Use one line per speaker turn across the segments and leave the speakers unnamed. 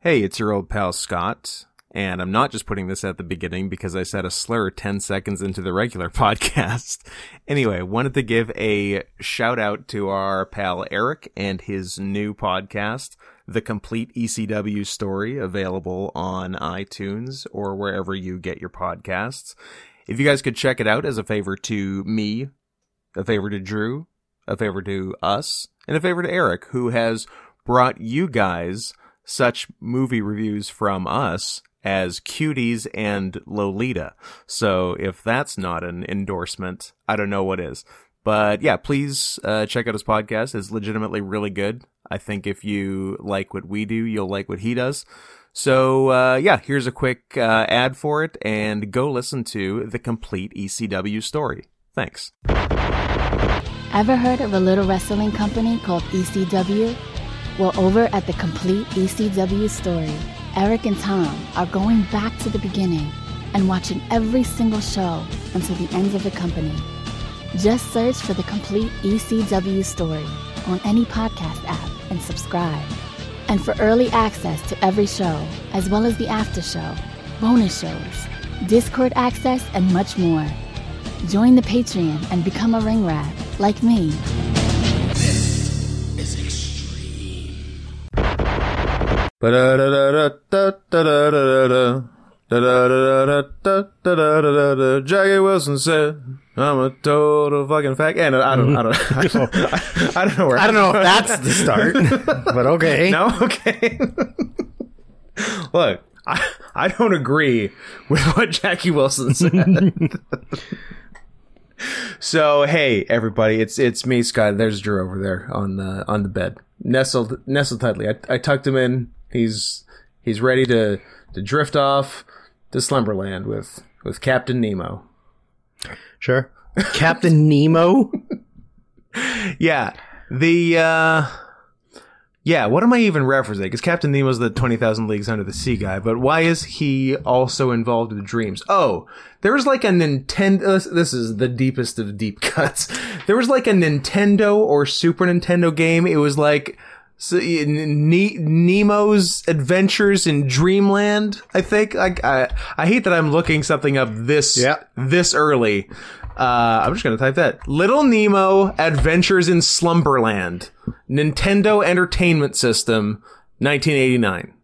Hey, it's your old pal Scott, and I'm not just putting this at the beginning because I said a slur 10 seconds into the regular podcast. anyway, wanted to give a shout out to our pal Eric and his new podcast, The Complete ECW Story, available on iTunes or wherever you get your podcasts. If you guys could check it out as a favor to me, a favor to Drew, a favor to us, and a favor to Eric, who has brought you guys such movie reviews from us as Cuties and Lolita. So if that's not an endorsement, I don't know what is. But yeah, please uh, check out his podcast. It's legitimately really good. I think if you like what we do, you'll like what he does. So uh, yeah, here's a quick uh, ad for it, and go listen to the complete ECW story. Thanks.
Ever heard of a little wrestling company called ECW? Well, over at the Complete ECW Story, Eric and Tom are going back to the beginning and watching every single show until the end of the company. Just search for the Complete ECW Story on any podcast app and subscribe. And for early access to every show, as well as the after show, bonus shows, Discord access, and much more. Join the Patreon and become a ring rat like me.
Jackie Wilson said, "I'm a total fucking fag," and I don't, I don't, I don't, I don't know where.
I don't know if that's the start, but okay.
No, okay. Look, I, I don't agree with what Jackie Wilson said. so hey, everybody, it's it's me, Scott. There's Drew over there on the on the bed, nestled nestled tightly. I, I tucked him in. He's he's ready to to drift off to slumberland with with Captain Nemo.
Sure. Captain Nemo.
Yeah. The uh yeah, what am I even referencing? Because Captain Nemo's the twenty thousand leagues under the sea guy, but why is he also involved with dreams? Oh, there was like a Nintendo. This, this is the deepest of deep cuts. There was like a Nintendo or Super Nintendo game. It was like so, N- Ne- Nemo's Adventures in Dreamland. I think. I, I I hate that I'm looking something up this
Yeah.
this early. Uh, I'm just gonna type that. Little Nemo Adventures in Slumberland, Nintendo Entertainment System, 1989.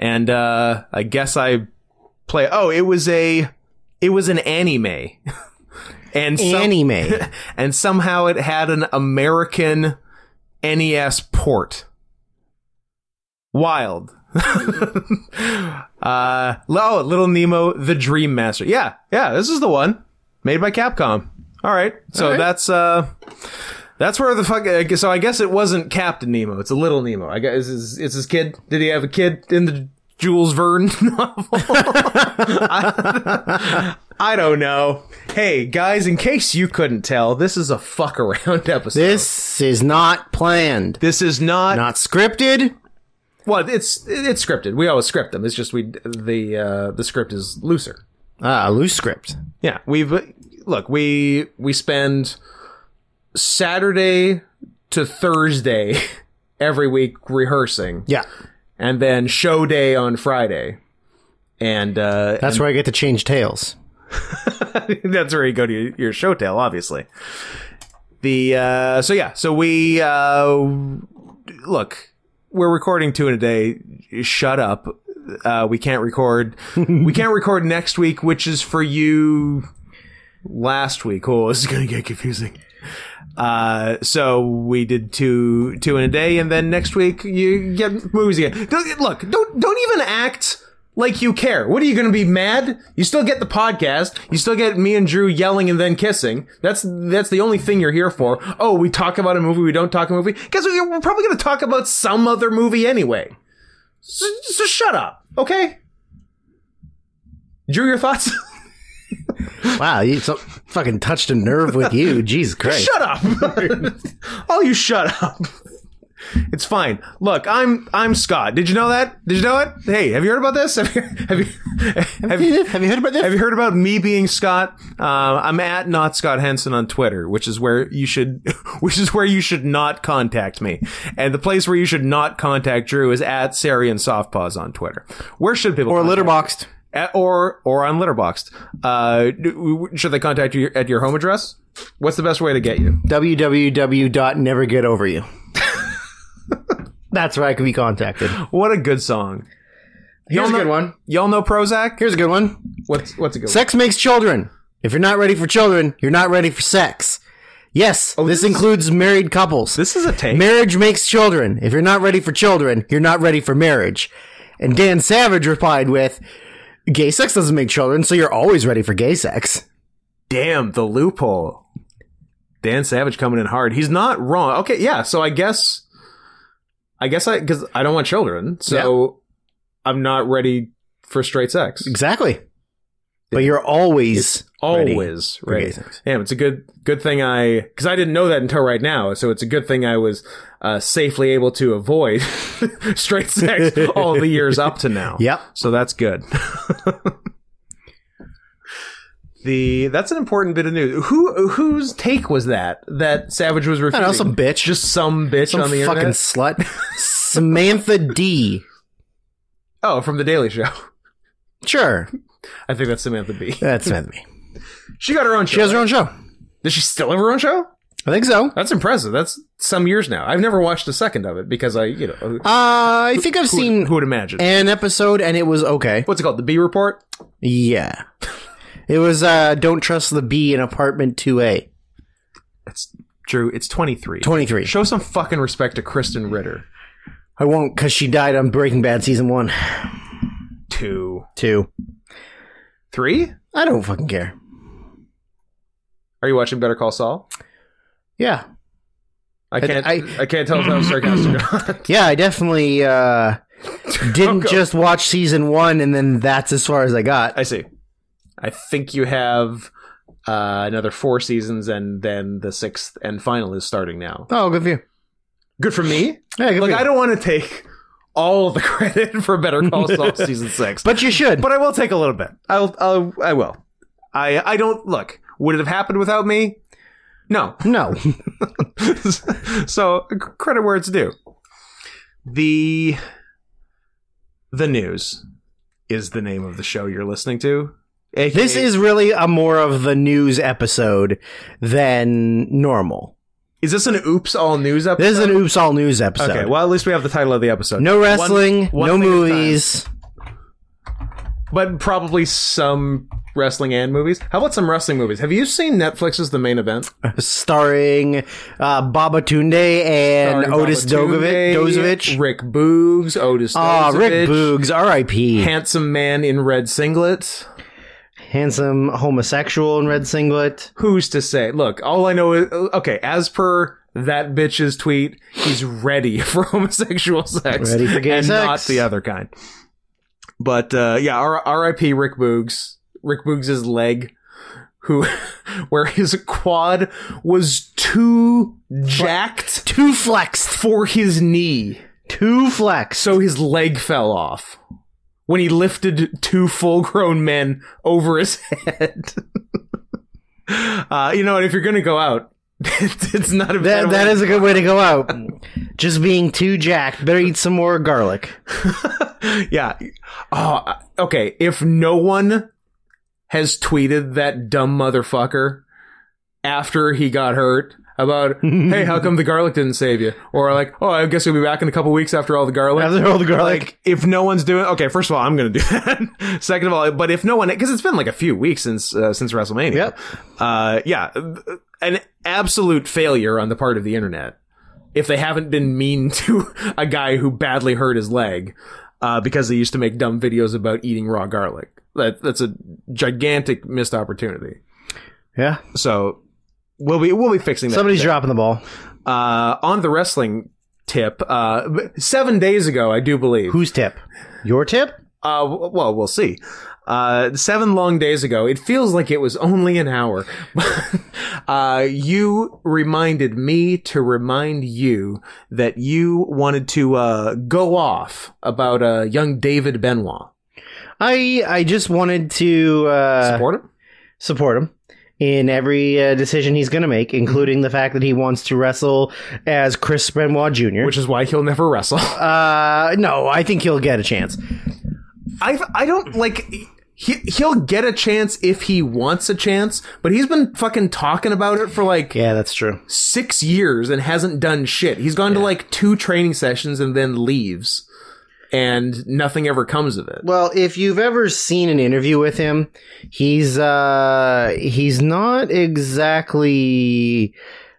And uh, I guess I play. Oh, it was a it was an anime, and some-
Anime.
and somehow it had an American NES E port. Wild. uh, oh, Little Nemo, the Dream Master. Yeah, yeah, this is the one made by Capcom. All right, so that's uh, that's where the fuck. I guess- So I guess it wasn't Captain Nemo. It's a Little Nemo. I guess it's his, it's his kid. Did he have a kid in the Jules Verne novel? I, I don't know. Hey guys, in case you couldn't tell, this is a fuck around episode.
This is not planned.
this is not
Not scripted.
Well, it's it's scripted. We always script them. It's just we the uh, the script is looser.
Ah, loose script.
Yeah, we've look we we spend Saturday to Thursday every week rehearsing,
Yeah.
and then show day on Friday, and uh,
That's where I get to change tails.
that's where you go to your, your showtail, obviously. The uh, so yeah, so we uh, look, we're recording two in a day. Shut up. Uh, we can't record. we can't record next week, which is for you last week. Oh, this is gonna get confusing. Uh, so we did two two in a day, and then next week you get movies again. Don't, look, don't don't even act like you care. What are you going to be mad? You still get the podcast. You still get me and Drew yelling and then kissing. That's that's the only thing you're here for. Oh, we talk about a movie. We don't talk a movie. Guess what? We're probably going to talk about some other movie anyway. So, so shut up, okay? Drew, your thoughts?
Wow, you so, fucking touched a nerve with you. Jesus Christ.
shut up. oh, you shut up. It's fine. Look, I'm I'm Scott. Did you know that? Did you know it? Hey, have you heard about this? Have you have you have you,
Have you heard about
have
this?
you heard about me being Scott? Uh, I'm at not Scott Henson on Twitter, which is where you should, which is where you should not contact me. And the place where you should not contact Drew is at Sarian Softpaws on Twitter. Where should people
Or
contact-
litterboxed?
at- or or on Letterboxd? Uh, do- should they contact you at your home address? What's the best way to get you?
www.nevergetoveryou. That's where I can be contacted.
What a good song.
Here's a
know-
good one.
Y'all know Prozac?
Here's a good one.
What's what's a good
Sex makes children. If you're not ready for children, you're not ready for sex. Yes, this,
Oh, this is-
includes married couples.
one? This is a take.
Marriage makes children. If you're not ready for children, you're not ready for marriage. And Dan Savage replied with, Gay sex doesn't make children, so you're always ready for gay sex.
Damn, the loophole. Dan Savage coming in hard. He's not wrong. Okay, yeah, so I guess I guess I cuz I don't want children. So I'm not ready for straight sex.
Exactly. But you're always ready.
Always
ready.
ready. Damn, it's a good good thing I cuz I didn't know that until right now. So it's a good thing I was uh, safely able to avoid straight sex all the years up to now.
Yep.
So that's good. the that's an important bit of news. Who whose take was that that Savage was
I
refuting?
don't know, some bitch.
just some bitch
some
on the
fucking
internet.
slut. Samantha D.
Oh, from the Daily Show.
Sure.
I think that's Samantha B.
That's Samantha B.
She got her own show.
She has her own show.
Does she still have her own show?
I think so.
That's impressive. That's some years now. I've never watched a second of it because I, you know, who,
Uh, I think I've seen
who would imagine?
an episode and it was okay.
What's it called? The B Report.
Yeah. It was uh, Don't Trust the Bee in Apartment 2A.
It's Drew. It's twenty three.
23.
Show some fucking respect to Kristen Ritter.
I won't because she died on Breaking Bad season one.
Two,
Two.
three.
I don't fucking care.
Are you watching Better Call Saul?
Yeah.
I can't. I,
I-
can't tell if that was sarcastic or not.
Yeah, I definitely uh, didn't
Okay.
just watch season one and then that's as far as I got.
I see. I think you have uh, another four seasons, and then the sixth and final is starting now.
Oh, good for you.
Good for me.
Yeah, good
Like
for you.
I don't want to take all the credit for Better Call Saul season six,
But you should.
but I will take a little bit. I'll. I'll I will. I. I don't look. Would it have happened without me? No.
no.
so c- credit where it's due. The the news is the name of the show you're listening to. AKA
This is really a more of the news episode than normal.
is this an oops all news episode?
This is an Oops All News episode.
okay. Well, at least we have the title of the episode.
no wrestling,
one
no
thing at a
movies.
but probably some wrestling and movies. How about some wrestling movies? Have you seen Netflix's The Main Event?
Starring uh, Baba Tunde and
Starring
Otis
Babatunde,
Dogovi- Dozovich.
Rick Boogs, Otis.
Ah,
Dozovich,
Rick Boogs, R.I.P.
handsome man in red singlet.
Handsome homosexual in red singlet.
who's to say? Look, all I know is okay. As per that bitch's tweet, he's ready for homosexual sex,
Ready for gay
and
sex.
not the other kind. But uh, yeah, R- R.I.P. Rick Boogs. Rick Boogs' leg, who, where his quad was too jacked
Too flexed.
for his knee,
Too flexed.
so his leg fell off when he lifted two full-grown men over his head. uh, you know, and if you're gonna go out, it's not a bad
that, that
way.
is a good way to go out. Just being too jacked. Better eat some more garlic.
yeah. Oh, okay. If no one has tweeted that dumb motherfucker after he got hurt about, hey, how come the garlic didn't save you? Or like, oh, I guess you'll be back in a couple weeks after all the garlic.
After all the garlic.
like if no one's doing okay first of all i'm gonna do that second of all but if no one because it's been like a few weeks since uh, since wrestlemania
Yep.
uh yeah an absolute failure on the part of the internet if they haven't been mean to a guy who badly hurt his leg uh, because they used to make dumb videos about eating raw garlic that that's a gigantic missed opportunity
yeah.
so we'll be we'll be fixing that
Somebody's dropping the ball.
uh on the wrestling tip uh seven days ago i do believe
Whose tip? Your tip?
Uh, w- well, we'll see. Uh, seven long days ago, it feels like it was only an hour. uh, you reminded me to remind you that you wanted to uh, go off about uh, young David Benoit.
I I just wanted to uh,
Support him?
support him in every uh, decision he's going to make, including the fact that he wants to wrestle as Chris Benoit Jr.
Which is why he'll never wrestle.
uh, no, I think he'll get a chance.
I I don't like he he'll get a chance if he wants a chance, but he's been fucking talking about it for like
Yeah, that's true.
6 years and hasn't done shit. He's gone to like two training sessions and then leaves and nothing ever comes of it.
Well, if you've ever seen an interview with him, he's uh he's not exactly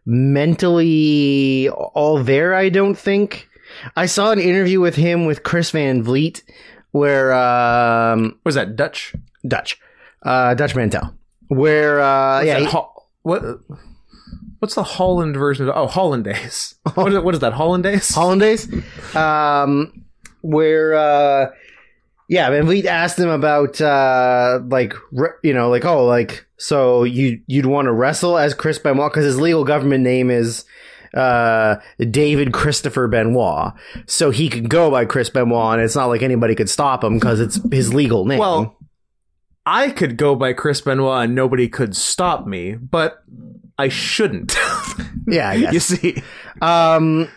mentally all there, I don't think. I saw an interview with him with Chris Van Vliet where um
Was that Dutch?
Dutch. Uh Dutch Mantel. Where uh
What's
yeah,
that
he-
Hol- what What's the Holland version of Oh, Hollandaise. What is, what is that Hollandaise?
Hollandaise, um, where uh, yeah, Van Vliet asked him about uh, like re- you know, like oh, like so you you'd want to wrestle as Chris Benoit because his legal government name is uh David Christopher Benoit. So he could go by Chris Benoit and it's not like anybody could stop him because it's his legal name.
Well, I could go by Chris Benoit and nobody could stop me, but I shouldn't.
yeah, I
you
guess.
see.
Um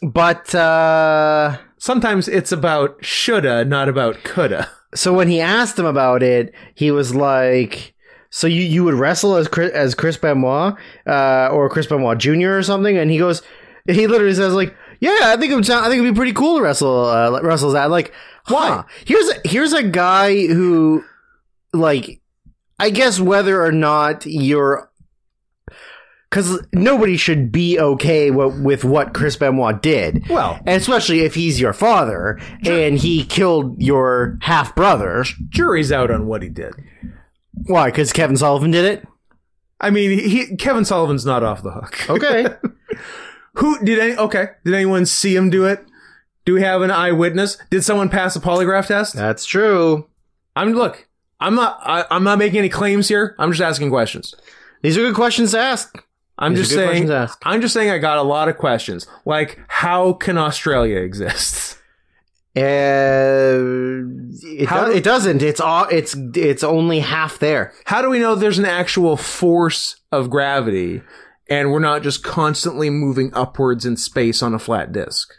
but uh
sometimes it's about shoulda, not about coulda.
so when he asked him about it, he was like, "So you you would wrestle as Chris, as Chris Benoit uh, or Chris Benoit Jr. or something?" And he goes, he literally says like, "Yeah, I think it would sound, I think it'd be pretty cool to wrestle uh, wrestle as that." Like, why?
Why?
Here's a, here's a guy who, like, I guess whether or not you're. Because nobody should be okay wi- with what Chris Benoit did.
Well,
And especially if he's your father and he killed your half brother.
jury's out on what he did.
Why? Because Kevin Sullivan did it?
I mean, he Kevin Sullivan's not off the hook.
Okay.
Who did any? Okay, did anyone see him do it? Do we have an eyewitness? Did someone pass a polygraph test?
That's true.
I'm look. I'm not. I, I'm not making any claims here. I'm just asking questions.
These are good questions to ask.
I'm
These are
just
good
saying.
questions to ask.
I'm just saying. I got a lot of questions. Like, how can Australia exist?
Uh, it,
How
do-
do-
it doesn't. It's all. It's it's only half there.
How do we know there's an actual force of gravity, and we're not just constantly moving upwards in space on a flat disk,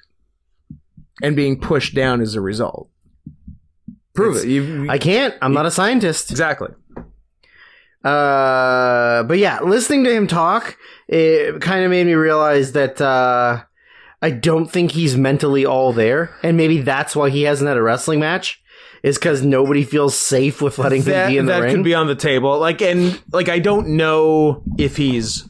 and being pushed down as a result? Prove it. You,
I can't. I'm not a scientist.
exactly.
Uh, but yeah, listening to him talk, it kind of made me realize that uh, I don't think he's mentally all there, and maybe that's why he hasn't had a wrestling match. Is because nobody feels safe with letting him
that,
be in the
that
ring.
could be on the table. Like, and like, I don't know if he's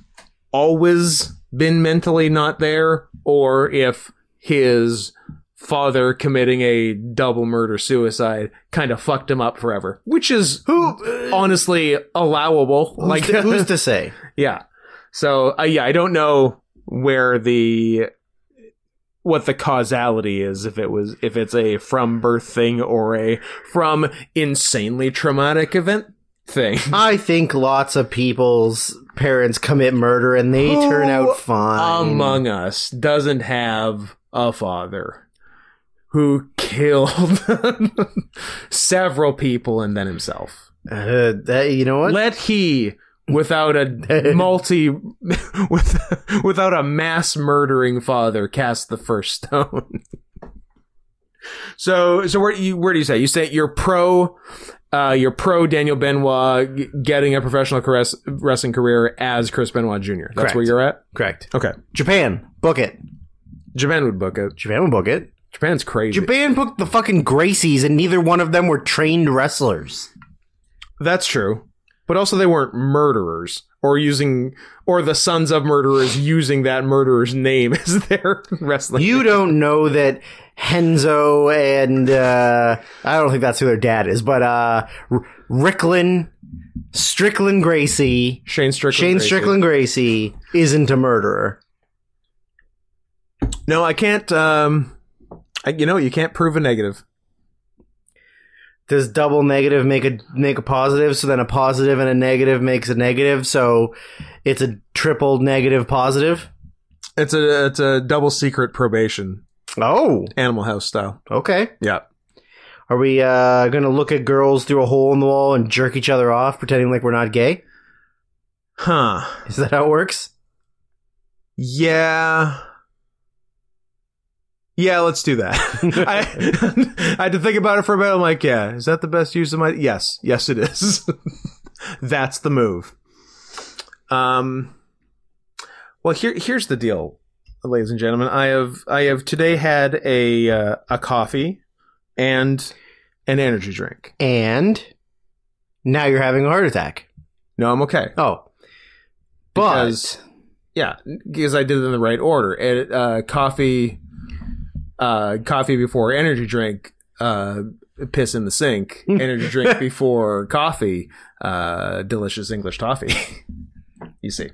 always been mentally not there, or if his father committing a double murder suicide kind of fucked him up forever, which is who honestly allowable.
Who's
Like,
to- who's to say?
yeah. So, uh, yeah, I don't know where the what the causality is if it was if it's a from birth thing or a from insanely traumatic event thing.
I think lots of people's parents commit murder and they
Who
turn out fine.
Among Us doesn't have a father who killed several people and then himself.
Uh, that- you know what?
Let he without a multi with, without a mass murdering father cast the first stone. so so where do you where do you say you say you're pro uh, you're pro Daniel Benoit g- getting a professional caress, wrestling career as Chris Benoit Jr. That's
Correct.
where you're at.
Correct.
Okay,
Japan, book it.
Japan would book it.
Japan will book it.
Japan's crazy.
Japan booked the fucking Gracies, and neither one of them were trained wrestlers.
That's true. But also they weren't murderers or using or the sons of murderers using that murderer's name as their wrestling.
You don't know that Henzo and uh, I don't think that's who their dad is, but uh, R- Ricklin, Strickland Gracie,
Shane Strickland.
Shane
Gracie.
Strickland Gracie isn't a murderer.
No, I can't um I, you know, you can't prove a negative.
does double negative make a make a positive? So then a positive and a negative makes a negative. So it's a triple negative positive.
It's a it's a double secret probation,
Oh,
Animal House style.
okay.
Yeah.
Are we uh, gonna look at girls through a hole in the wall and jerk each other off, pretending like we're not gay?
Huh.
Is that how it works?
Yeah. Yeah, let's do that. I, I had to think about it for a bit. I'm like, yeah, is that the best use of my? Yes, yes, it is. That's the move. Um. Well, here here's the deal, ladies and gentlemen. I have I have today had a uh, a coffee and an energy drink.
And now you're having a heart attack.
No, I'm okay.
Oh, but
Because- Yeah, because I did it in the right order. And uh, coffee, uh, coffee before energy drink, uh, piss in the sink. Energy drink before coffee, uh, delicious English toffee. you see,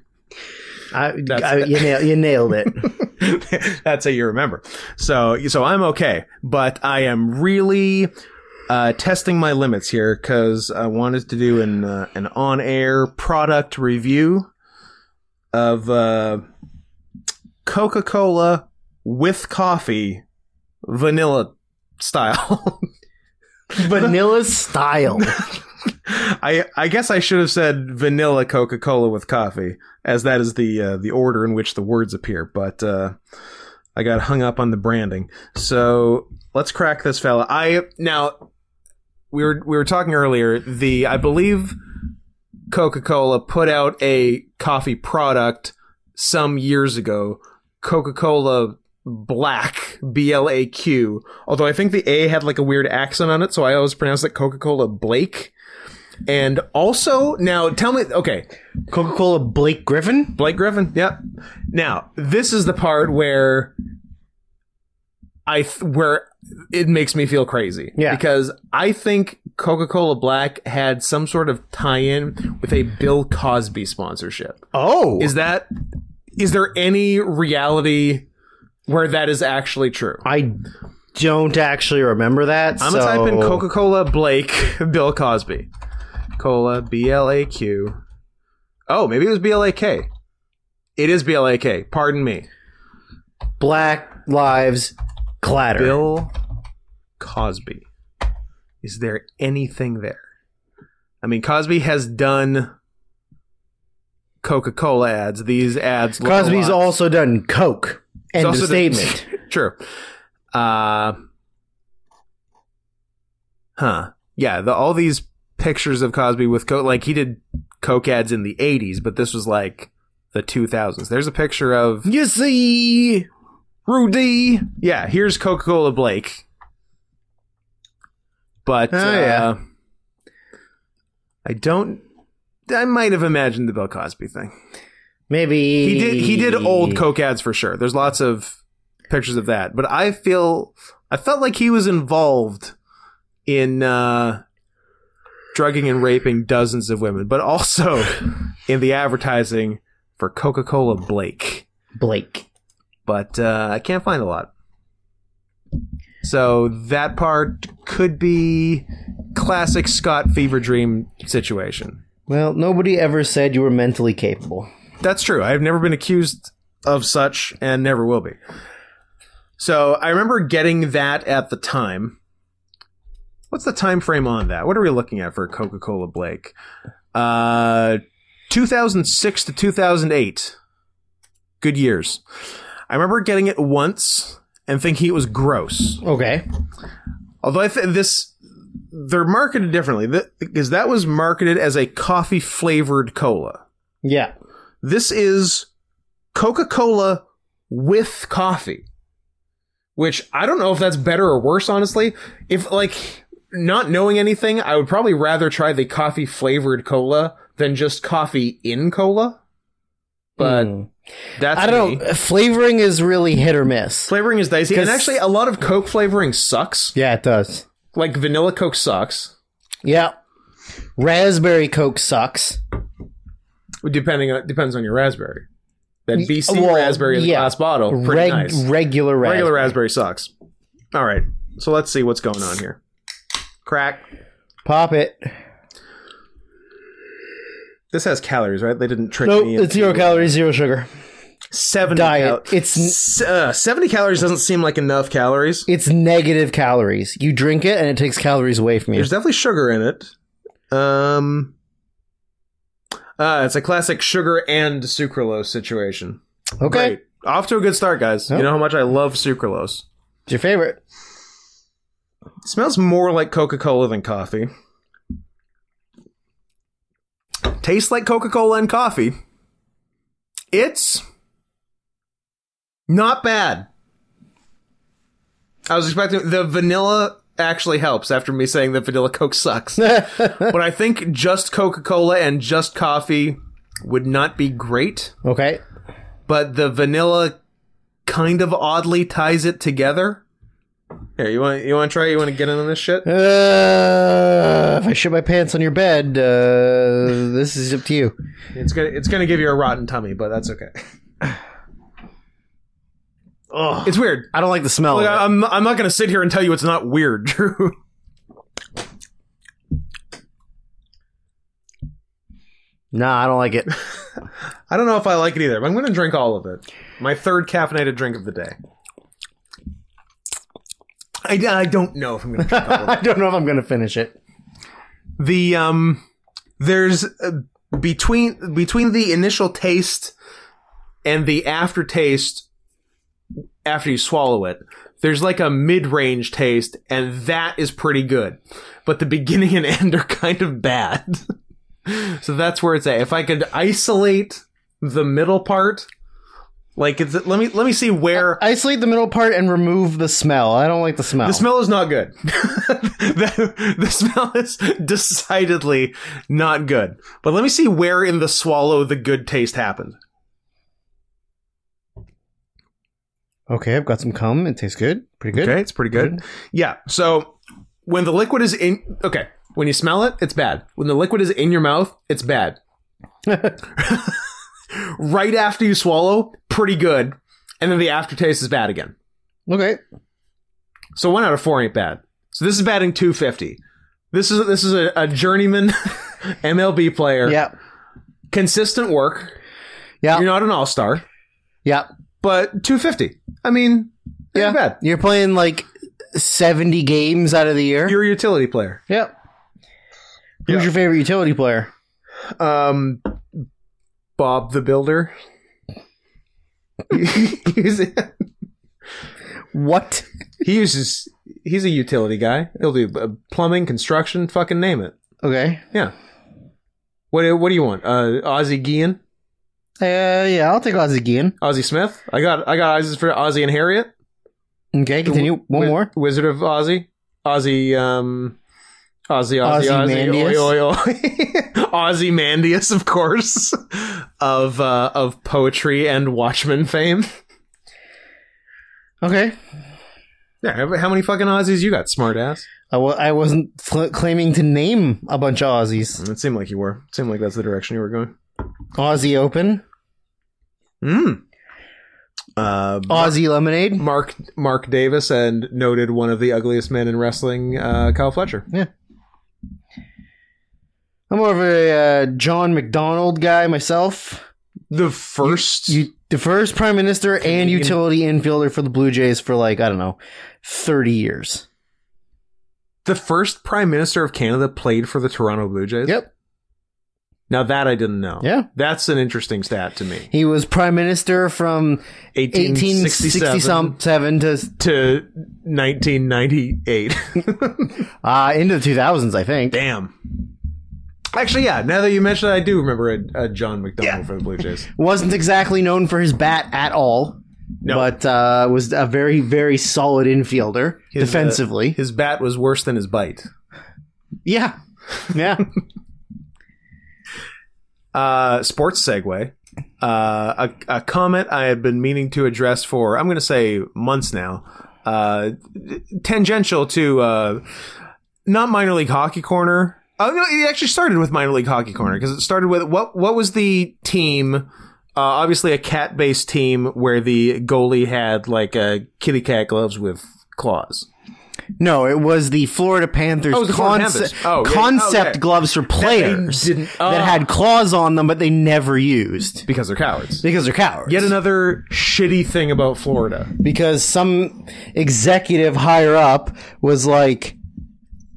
I,
that's-
I- you, nail, you nailed it.
that's how you remember. So, so I'm okay, but I am really uh, testing my limits here because I wanted to do an uh, an on air product review of uh, Coca Cola with coffee, vanilla style.
Vanilla style.
I I guess I should have said vanilla Coca Cola with coffee, as that is the uh, the order in which the words appear. But uh, I got hung up on the branding. So let's crack this fella. I now we were we were talking earlier. The I believe Coca Cola put out a coffee product some years ago. Coca Cola Black B L A Q. Although I think the A had like a weird accent on it, so I always pronounced it Coca Cola Blake. And also, now tell me, okay,
Coca Cola Blake Griffin.
Blake Griffin, yep. Now, this is the part where I th- where it makes me feel crazy.
Yeah.
Because I think Coca-Cola Black had some sort of tie-in with a Bill Cosby sponsorship.
Oh,
Is that is there any reality where that is actually true?
I don't actually remember that.
I'm
so
gonna type in Coca Cola Blake Bill Cosby. Cola B L A Q. Oh, maybe it was B L A K. It is B L A K. Pardon me.
Black Lives Clatter.
Bill Cosby. Is there anything there? I mean, Cosby has done Coca Cola ads. These ads. look a
Cosby's
lot-
also done Coke. End of
also done-
statement.
True. Uh, huh. Yeah. The, all these pictures of Cosby with Coke, like he did Coke ads in the 80s, but this was like the 2000s. There's a picture of
you see,
Rudy. Yeah. Here's Coca Cola Blake. But,
Oh,
uh,
yeah.
I don't. I might have imagined the Bill Cosby thing.
maybe
He did. He did old Coke ads for sure. There's lots of pictures of that. But I feel I felt like he was involved in uh, drugging and raping dozens of women, but also in the advertising for Coca-Cola Blake.
Blake.
But uh, I can't find a lot. So that part could be classic Scott fever dream situation.
Well, nobody ever said you were mentally capable.
That's true. I've never been accused of such and never will be. So I remember getting that at the time. What's the time frame on that? What are we looking at for Coca Cola Blake? Uh, 2006 to 2008. Good years. I remember getting it once and thinking it was gross.
Okay.
Although I think this, they're marketed differently Th- because that was marketed as a coffee flavored cola.
Yeah.
This is Coca Cola with coffee, which I don't know if that's better or worse, honestly. If, like, not knowing anything, I would probably rather try the coffee flavored cola than just coffee in cola. But
Mm.
that's
I don't
me.
know. Flavoring is really hit or miss.
Flavoring is dicey, and
'Cause-
actually, a lot of Coke flavoring sucks.
Yeah, it does.
Like vanilla Coke sucks,
Yeah. Raspberry Coke sucks.
depending on depends on your raspberry. That BC
well,
raspberry in the
yeah.
glass bottle, pretty
Reg-
nice.
Regular raspberry.
Regular raspberry sucks. All right. So let's see what's going on here. Crack.
Pop it.
This has calories, right? They didn't trick
Nope,
me.
it's zero calories, zero sugar.
70
Diet.
cal-
It's-
S- uh, 70 calories doesn't seem like enough calories.
It's negative calories. You drink it and it takes calories away from you.
There's definitely sugar in it. Um, uh, it's a classic sugar and sucralose situation.
Okay.
Great. Off to a good start, guys.
Yep.
You know how much I love sucralose.
It's your favorite.
It smells more like Coca Cola than coffee.
Tastes like Coca Cola and coffee.
It's not bad. I was expecting the vanilla actually helps after me saying that vanilla Coke sucks. but I think just Coca Cola and just coffee would not be great,
Okay.
but the vanilla kind of oddly ties it together. Here, you want you want to try? it? You want to get in on this shit?
Uh, if I shit my pants on your bed, uh, this is up to you.
It's gonna it's gonna give you a rotten tummy, but that's okay.
Ugh.
It's weird.
I don't like the smell.
Look,
of it.
I- I'm I'm not gonna sit here and tell you it's not weird, Drew.
nah, I don't like it.
I don't know if I like it either, but I'm going to drink all of it. My third caffeinated drink of the day. I, I don't know if I'm going to drink all of
I
it.
don't know if I'm gonna finish it.
The um there's uh, between between the initial taste and the aftertaste after you swallow it. There's like a mid-range taste and that is pretty good. But the beginning and end are kind of bad. so that's where it's at. If I could isolate the middle part like it's let me let me see where
Isolate the middle part and remove the smell. I don't like the smell.
the smell is not good. the, the smell is decidedly not good. But let me see where in the swallow the good taste happened.
okay, I've got some cum. It tastes good. Pretty good.
Okay, it's pretty good.
Yeah. So when the liquid is in, okay, when you smell it, it's bad. When the liquid is in your mouth, it's bad. right after you swallow, pretty good. And then the aftertaste is bad again.
Okay.
So one out of four ain't bad. So this is batting 250. This is this is a, a journeyman MLB player.
Yeah.
Consistent work.
Yeah.
You're not an all star,
yeah.
but 250. I mean, yeah,
Yeah.
bad.
You're playing like 70 games out of the year.
You're a utility player.
yep.
Yeah.
Who's your favorite utility player?
Um, Bob the Builder. he's,
What?
he uses. He's a utility guy. He'll do uh, plumbing, construction, fucking name it.
Okay.
Yeah. What do- What do you want? Uh, Ozzy Guillen,
Uh, yeah, I'll take Ozzy again.
Ozzy Smith. I got I got eyes for Ozzy and Harriet.
Okay, continue. One
Wiz-
more.
Wizard of Ozzy. Ozzy, um, Ozzy, Ozzy, Ozzy,
Ozymandias.
oi, oi, oi. Ozymandias, of course, of uh, of poetry and Watchmen fame.
Okay.
Yeah, how many fucking Ozzy's you got, smartass?
I w- I wasn't fl- claiming to name a bunch of Aussies.
It seemed like you were. It seemed like that's the direction you were going.
Aussie Open,
Mm. Uh,
Aussie Lemonade.
Mark Mark Davis and noted one of the ugliest men in wrestling, uh, Kyle Fletcher.
I'm more of a uh, John McDonald guy myself.
The first
You, the first prime minister and
Canadian.
utility infielder for the Blue Jays for like I don't know, thirty years.
the first prime minister of Canada played for the Toronto Blue Jays.
Yep.
Now that I didn't know.
Yeah.
That's an interesting stat to me.
He was prime minister from
1867
1867 to
to 1998.
uh, into the 2000s, I think.
Damn. Actually, yeah. Now that you mention it, I do remember a, a John McDonald for the Blue Jays.
Wasn't exactly known for his bat at all,
No.
but uh, was a very very solid infielder
His, uh,
defensively.
His bat was worse than his bite.
yeah, yeah.
Uh, sports segue. Uh, a, a comment I have been meaning to address for, I'm going to say months now, uh, tangential to uh, not minor league hockey corner. Oh, no, it actually started with minor league hockey corner because it started with what, what was the team? Uh, obviously, a cat based team where the goalie had like a kitty cat gloves with claws.
No, it was the Florida Panthers,
Oh, it was the Florida
conce-
Panthers. Oh, yeah,
concept
okay.
gloves for players that,
didn't- oh.
had claws on them, but they never used
because they're cowards.
because they're cowards.
Yet another shitty thing about Florida.
because some executive higher up was like,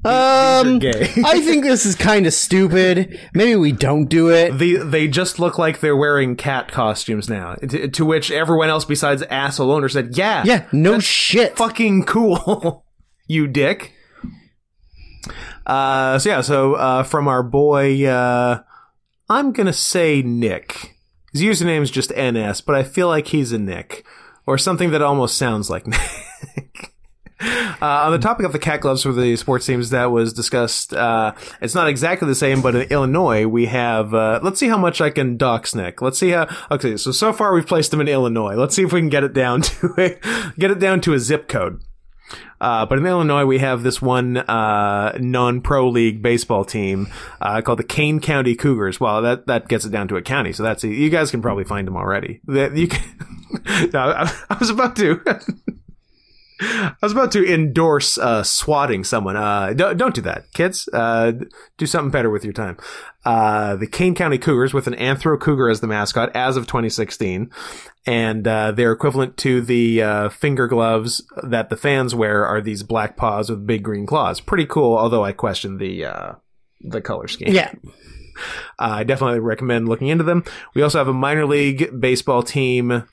um,
gay.
I think this is kind of stupid. Maybe we don't do it.
They they just look like they're wearing cat costumes now. To, to which everyone else besides asshole owner said, "Yeah,
Yeah, no shit.
fucking cool, you dick." Uh, so yeah, so uh, from our boy, uh, I'm gonna say Nick. His username's just NS, but I feel like he's a Nick or something that almost sounds like Nick. Uh, on the topic of the cat gloves for the sports teams that was discussed, uh, it's not exactly the same, but in Illinois we have. Uh, let's see how much I can dox Nick. Let's see how. Okay, so so far we've placed them in Illinois. Let's see if we can get it down to a, get it down to a zip code. Uh, but in Illinois, we have this one uh, non-pro league baseball team uh, called the Kane County Cougars. Well, that that gets it down to a county, so that's you guys can probably find them already. That you can, no, I, I was about to. I was about to endorse uh, swatting someone. Uh, don't, don't do that, kids. Uh, do something better with your time. Uh, the Kane County Cougars, with an anthro cougar as the mascot, as of 2016, and uh, their equivalent to the uh, finger gloves that the fans wear are these black paws with big green claws. Pretty cool, although I question the uh, the color scheme.
Yeah,
I definitely recommend looking into them. We also have a minor league baseball team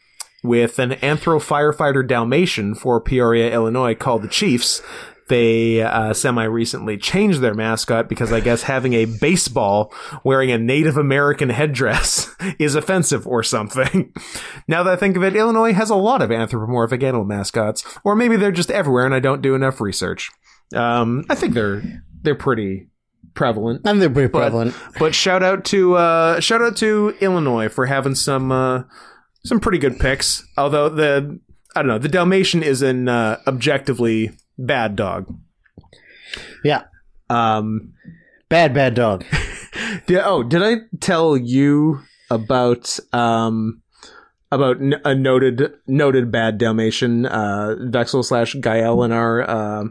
with an anthro firefighter Dalmatian for Peoria, Illinois, called the Chiefs. They uh, semi recently changed their mascot because I guess having a baseball wearing a Native American headdress is offensive or something. now that I think of it, Illinois has a lot of anthropomorphic animal mascots, or maybe they're just everywhere and I don't do enough research. Um, I think they're they're pretty prevalent
and they're pretty prevalent.
but shout out to uh, shout out to Illinois for having some uh, some pretty good picks. Although the I don't know the Dalmatian is an uh, objectively bad dog.
Yeah,
Um,
bad bad dog.
di- oh, did I tell you about um, about n- a noted noted bad Dalmatian uh, Vexel slash Gael in our uh,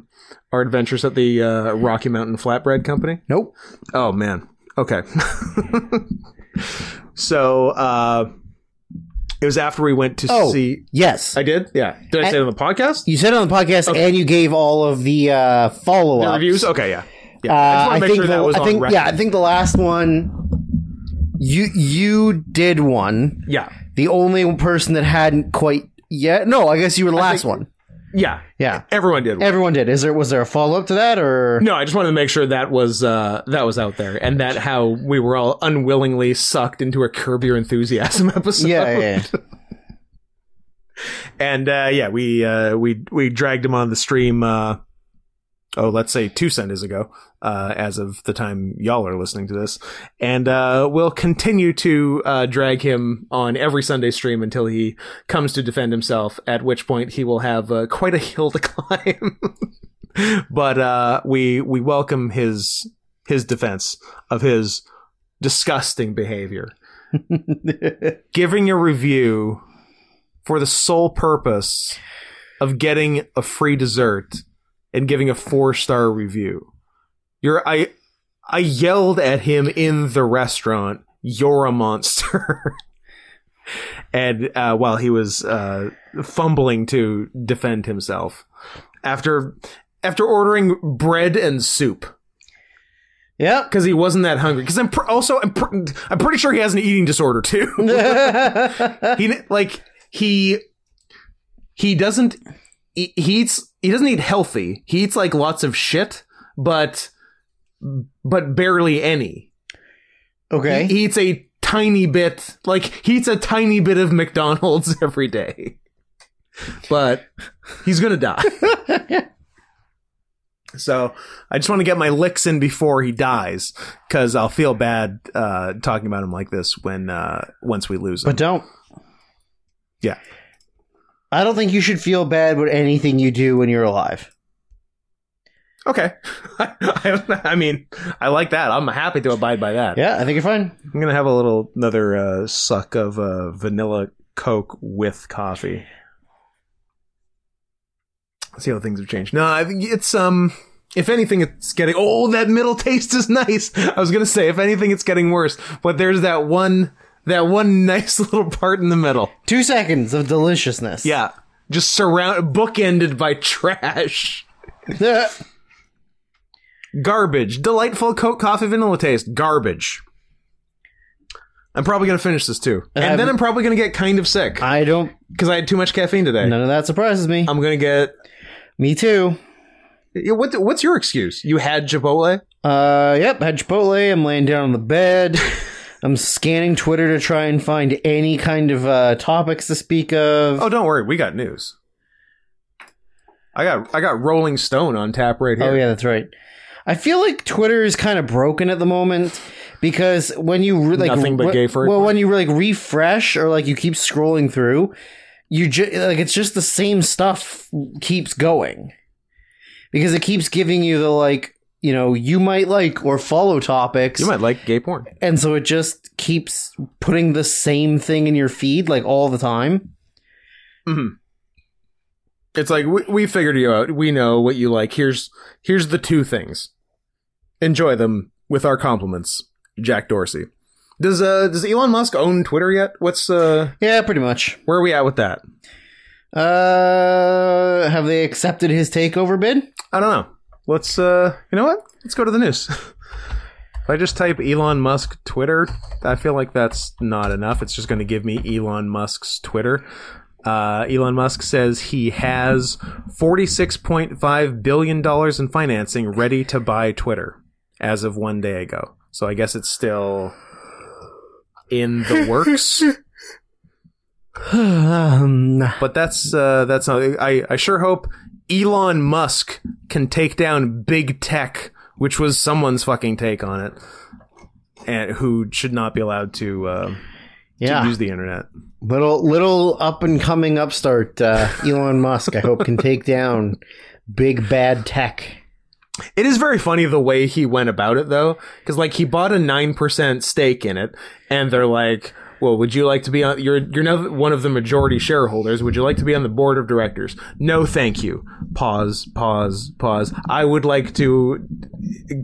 our adventures at the uh, Rocky Mountain Flatbread Company?
Nope.
Oh man. Okay. so uh it was after we went to
Oh,
see
yes.
I did? Yeah. Did I, say it on the podcast?
you said it on the podcast, and you gave all of the uh, follow
The
up
reviews? Okay, yeah. Yeah.
Uh,
I just want to make
think
sure
the,
that was
I
on
think
record.
yeah, I think the last one you you did one.
Yeah.
The only person that hadn't quite yet. No, I guess you were the last one.
Yeah.
Yeah.
Everyone did.
Everyone did. Is there was there a follow up to that or
no, I just wanted to make sure that was uh that was out there and that how we were all unwillingly sucked into a curb your enthusiasm episode.
Yeah, yeah, yeah.
and uh, yeah, we uh, we we dragged him on the stream. Uh, oh, let's say two Sundays ago, uh, as of the time y'all are listening to this, and uh, we'll continue to uh, drag him on every Sunday stream until he comes to defend himself. At which point, he will have uh, quite a hill to climb. but uh, we we welcome his his defense of his disgusting behavior. Giving a review for the sole purpose of getting a free dessert and giving a four star review. You're I I yelled at him in the restaurant, "You're a monster." and uh, while he was uh, fumbling to defend himself after after ordering bread and soup
Yep.
because he wasn't that hungry because I'm pr- also I'm, pr- I'm pretty sure he has an eating disorder too he like he he doesn't he, he eats he doesn't eat healthy he eats like lots of shit but but barely any
okay.
he eats a tiny bit like he eats a tiny bit of mcdonald's every day but he's gonna die so i just want to get my licks in before he dies because i'll feel bad uh talking about him like this when uh once we lose him
but don't.
Yeah.
I don't think you should feel bad about anything you do when you're alive.
Okay. I, I mean, I like that. I'm happy to abide by that.
Yeah, I think you're fine.
I'm gonna have a little another uh, suck of uh, vanilla Coke with coffee. See how things have changed. No, I think it's um. If anything, it's getting. Oh, that middle taste is nice. I was gonna say, if anything, it's getting worse. But there's that one, that one nice little part in the middle.
Two seconds of deliciousness.
Yeah, just surround, bookended by trash, garbage, delightful Coke coffee vanilla taste, garbage. I'm probably gonna finish this too, and then I'm probably gonna get kind of sick
I don't.
because I had too much caffeine today.
None of that surprises me.
I'm gonna get.
me too.
Yeah, What, what's your excuse? You had Chipotle.
Uh, yep. Had Chipotle. I'm laying down on the bed. I'm scanning Twitter to try and find any kind of uh, topics to speak of.
Oh, don't worry, we got news. I got I got Rolling Stone on tap right here.
Oh yeah, that's right. I feel like Twitter is kind of broken at the moment because when you re- like
Nothing but
re-
gay for it.
well, when you like refresh or like you keep scrolling through, you ju- like it's just the same stuff keeps going because it keeps giving you the like you know you might like or follow topics
You might like gay porn.
and so it just keeps putting the same thing in your feed like all the time.
Mm-hmm. It's like we, we figured you out. We know what you like. Here's here's the two things. Enjoy them with our compliments, Jack Dorsey. Does uh does Elon Musk own Twitter yet? What's uh
Yeah, pretty much.
where are we at with that?
Uh, have they accepted his takeover bid?
I don't know. Let's uh you know what? Let's go to the news. if I just type Elon Musk Twitter, I feel like that's not enough. It's just going to give me Elon Musk's Twitter. Uh, Elon Musk says he has $46.5 billion in financing ready to buy Twitter as of one day ago. So I guess it's still in the works.
um,
But that's uh, that's not. I I sure hope Elon Musk can take down big tech, which was someone's fucking take on it, and who should not be allowed to, uh, to
yeah,
use the internet.
little little up and coming upstart uh, Elon Musk. I hope can take down big bad tech.
It is very funny the way he went about it, though, because like he bought a nine percent stake in it, and they're like, "Well, would you like to be on? You're you're now one of the majority shareholders. Would you like to be on the board of directors? No, thank you. Pause, pause, pause. I would like to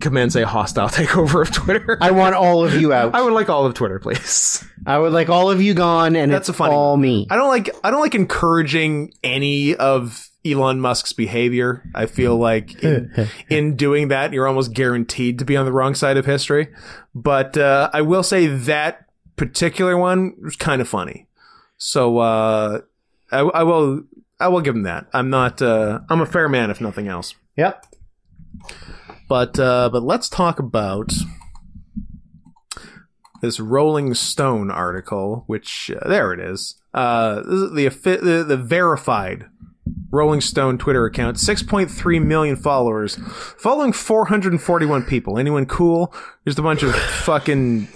commence a hostile takeover of Twitter.
I want all of you out.
I would like all of Twitter, please.
I would like all of you gone, and
That's a
it's
funny
all me.
I don't like I don't like encouraging any of Elon Musk's behavior. I feel like in, in doing that, you're almost guaranteed to be on the wrong side of history. But uh, I will say that particular one was kind of funny. So uh, I, I will I will give him that. I'm not uh, I'm a fair man if nothing else.
Yep.
But uh, but let's talk about this Rolling Stone article, which uh, there it is. Uh, this is the, affi- the the verified Rolling Stone Twitter account, 6.3 million followers, following 441 people. Anyone cool? Just a bunch of fucking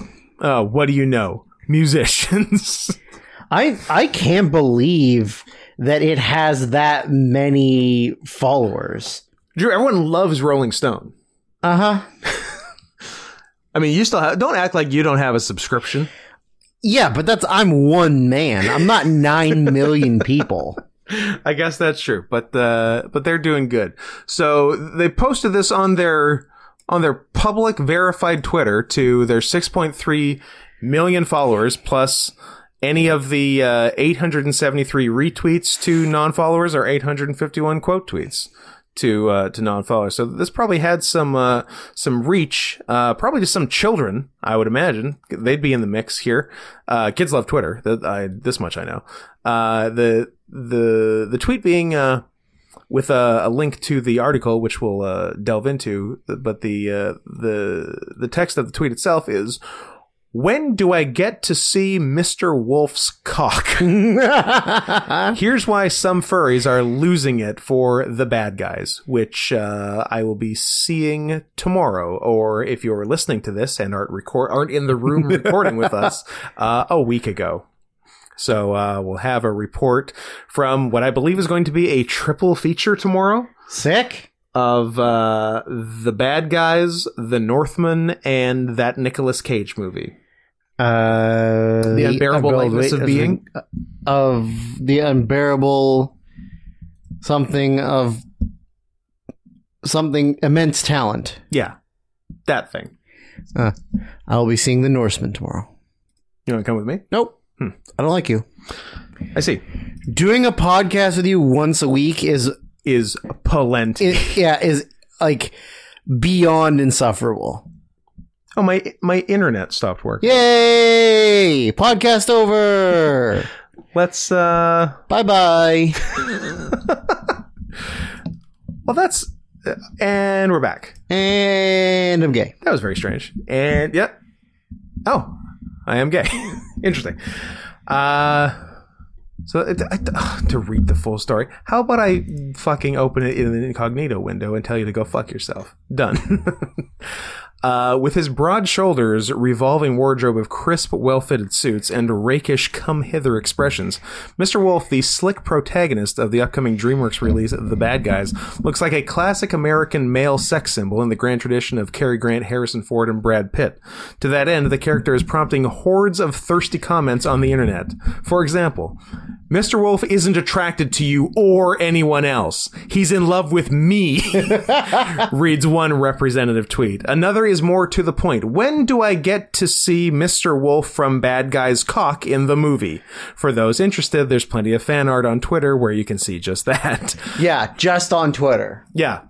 uh, what do you know? Musicians.
I I can't believe that it has that many followers.
Drew, everyone loves Rolling Stone.
Uh huh.
I mean, you still have, don't act like you don't have a subscription.
Yeah, but that's I'm one man. I'm not nine million people.
I guess that's true, but uh, but they're doing good. So they posted this on their on their public verified Twitter to their 6.3 million followers plus any of the uh, 873 retweets to non-followers or 851 quote tweets to uh, to non-followers. So this probably had some uh, some reach, uh, probably to some children. I would imagine they'd be in the mix here. Uh, kids love Twitter. That I, this much I know. Uh, the the the tweet being uh, with a, a link to the article, which we'll uh, delve into. But the uh, the the text of the tweet itself is. When do I get to see Mr. Wolf's cock? Here's why some furries are losing it for the bad guys, which uh, I will be seeing tomorrow. Or if you're listening to this and aren't record aren't in the room recording with us uh, a week ago. So uh, we'll have a report from what I believe is going to be a triple feature tomorrow
Sick.
of uh, the bad guys, the Northman, and that Nicolas Cage movie.
Uh, the
unbearable lightness of being?
the, of the unbearable something of something immense talent.
Yeah, that thing.
I will be seeing the Norseman tomorrow.
You want to come with me?
Nope.
Hmm.
I don't like you.
I see.
Doing a podcast with you once a week is,
Is plenty.
is yeah, is like beyond insufferable.
oh my! My internet stopped working.
Yay! Podcast over.
Let's. uh
bye bye.
Well, that's. uh, And we're back.
And I'm gay.
That was very strange. And yep. Oh, I am gay. Interesting. Uh, so it, I, ugh, to read the full story, how about I fucking open it in an incognito window and tell you to go fuck yourself? Done. Uh, with his broad shoulders, revolving wardrobe of crisp, well fitted suits, and rakish come hither expressions, Mr. Wolf, the slick protagonist of the upcoming DreamWorks release, The Bad Guys, looks like a classic American male sex symbol in the grand tradition of Cary Grant, Harrison Ford, and Brad Pitt. To that end, the character is prompting hordes of thirsty comments on the internet. For example, Mr. Wolf isn't attracted to you or anyone else. He's in love with me. reads one representative tweet. Another is more to the point. When do I get to see Mr. Wolf from Bad Guy's cock in the movie? For those interested, there's plenty of fan art on Twitter where you can see just that.
Yeah, just on Twitter.
yeah.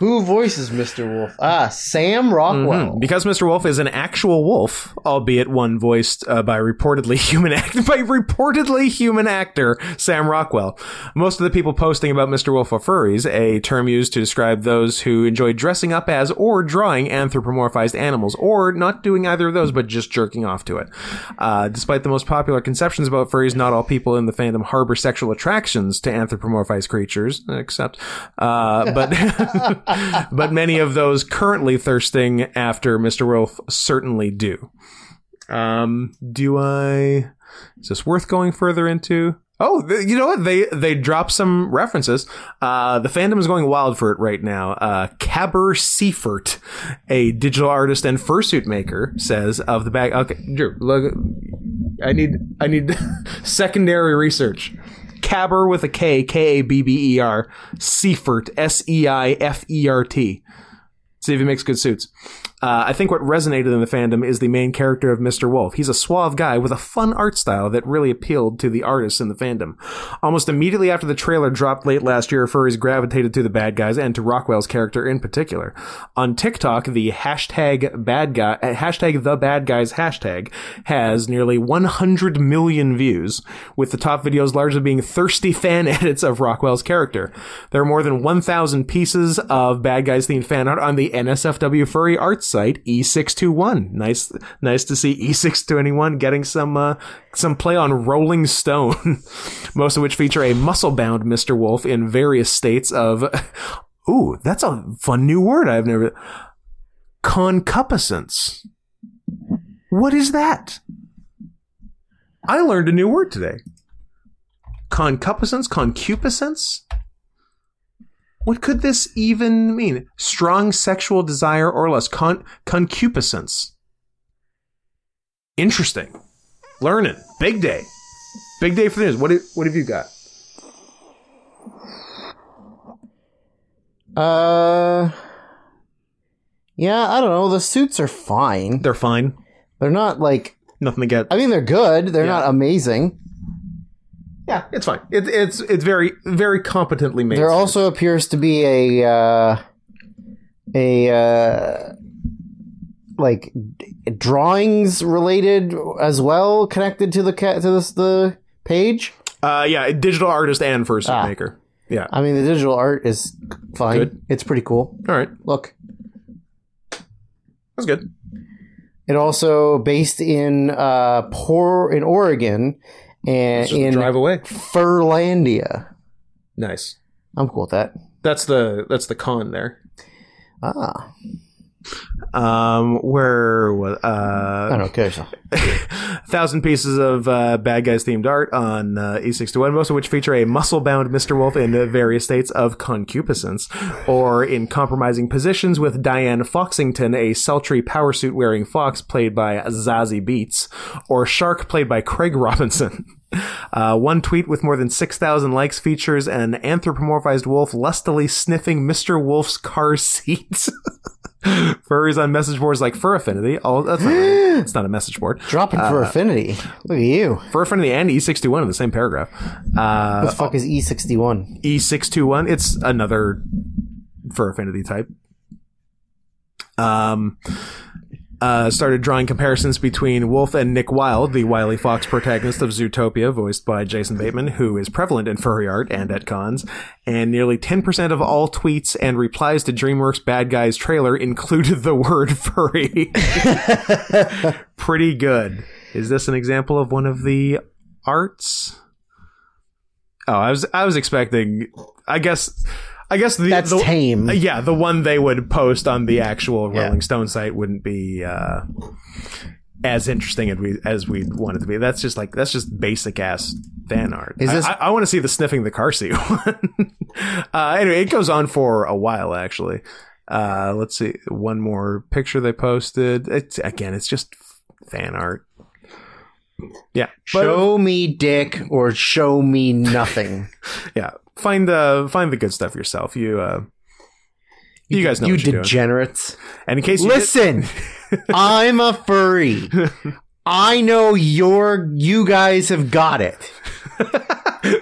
Who voices Mr. Wolf? Ah, Sam Rockwell.
Because Mr. Wolf is an actual wolf, albeit one voiced uh, by reportedly human act- by reportedly human actor Sam Rockwell. Most of the people posting about Mr. Wolf are furries, a term used to describe those who enjoy dressing up as or drawing anthropomorphized animals, or not doing either of those but just jerking off to it. Uh, despite the most popular conceptions about furries, not all people in the fandom harbor sexual attractions to anthropomorphized creatures, except, uh, but, but many of those currently thirsting after Mr. Wolf certainly do. Um, do I, is this worth going further into? Oh, th- you know what? They, they drop some references. Uh, the fandom is going wild for it right now. Uh, Caber Seifert, a digital artist and fursuit maker says of the bag. Okay, Drew, look, I need I need secondary research. Caber with a K, K A B B E R, Seifert, S E I F E R T. See if he makes good suits. Uh, I think what resonated in the fandom is the main character of Mr. Wolf. He's a suave guy with a fun art style that really appealed to the artists in the fandom. Almost immediately after the trailer dropped late last year, furries gravitated to the bad guys and to Rockwell's character in particular. On TikTok, the hashtag bad guy, uh, hashtag the bad guys hashtag has nearly 100 million views, with the top videos largely being thirsty fan edits of Rockwell's character. There are more than 1,000 pieces of bad guys themed fan art on the NSFW furry arts site E E621. Nice, nice to see E E621 getting some uh, some play on Rolling Stone, most of which feature a muscle bound Mr. Wolf in various states of. Ooh, that's a fun new word I've never. Concupiscence. What is that? I learned a new word today. Concupiscence, concupiscence. What could this even mean? Strong sexual desire or less. Con- concupiscence. Interesting. Learning. Big day. Big day for the news. What, do- what have you got?
Uh, yeah, I don't know. The suits are fine.
They're fine.
They're not like
Nothing to get.
I mean, they're good. They're not amazing.
Yeah, it's fine. It, it's it's very very competently made.
There also appears to be a uh, a uh, like d- drawings related as well, connected to the ca- to this the page.
uh, yeah, digital artist and fursuit
Ah.
maker. Yeah.
I mean, the digital art is fine.
Good.
It's pretty cool.
All right,
Look,
that's good.
it also based in uh, poor in Oregon and
Let's just
in
drive away.
Furlandia.
Nice.
I'm cool with that.
That's the that's the con there.
Ah,
Um, where was
I
uh,
don't care. So.
thousand pieces of uh, bad guys themed art on uh, E61, most of which feature a muscle bound Mr. Wolf in the various states of concupiscence, or in compromising positions with Diane Foxington, a sultry power suit wearing fox played by Zazie Beats, or Shark played by Craig Robinson. Uh, one tweet with more than 6,000 likes features an anthropomorphized wolf lustily sniffing Mr. Wolf's car seat. Furries on message boards like Fur Affinity. Oh, that's not, right. it's not a message board.
Dropping for
uh,
affinity. Look at you.
Fur Affinity and E621 in the E same paragraph.
What
Uh, E
the fuck is
E
E61?
E621, it's another Fur Affinity type. Um, uh, started drawing comparisons between Wolf and Nick Wilde, the wily fox protagonist of Zootopia, voiced by Jason Bateman, who is prevalent in furry art and at cons. And nearly 10% of all tweets and replies to DreamWorks Bad Guys trailer included the word furry. Pretty good. Is this an example of one of the arts? Oh, I was I was expecting. I guess. I guess the
That's
the,
tame.
uh, Yeah, the one they would post on the actual
Yeah.
Rolling Stone site wouldn't be uh, as interesting as we as we want it to be. That's just like that's just basic ass fan art.
Is this-
I, I, want to see the sniffing the car seat one. uh, anyway, it goes on for a while actually. Uh, let's see one more picture they posted. It's again, it's just fan art. Yeah, but-
show me dick or show me nothing.
yeah. Find the find the good stuff yourself. You uh, you, guys know
you
what you're doing.
degenerates.
And in case you did-
Listen, I'm a furry. I know your you guys have got it.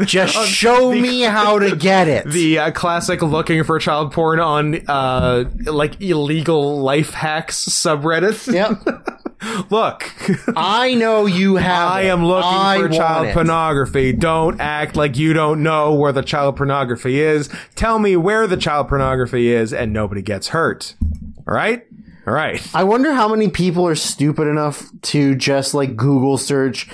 Just show me how to get it.
the uh, classic looking for child porn on uh, like illegal life hacks subreddit.
Yep.
Look,
I know you have.
I
it.
am looking
I
for
want
child
it.
pornography. Don't act like you don't know where the child pornography is. Tell me where the child pornography is, and nobody gets hurt. All right, all right.
I wonder how many people are stupid enough to just like Google search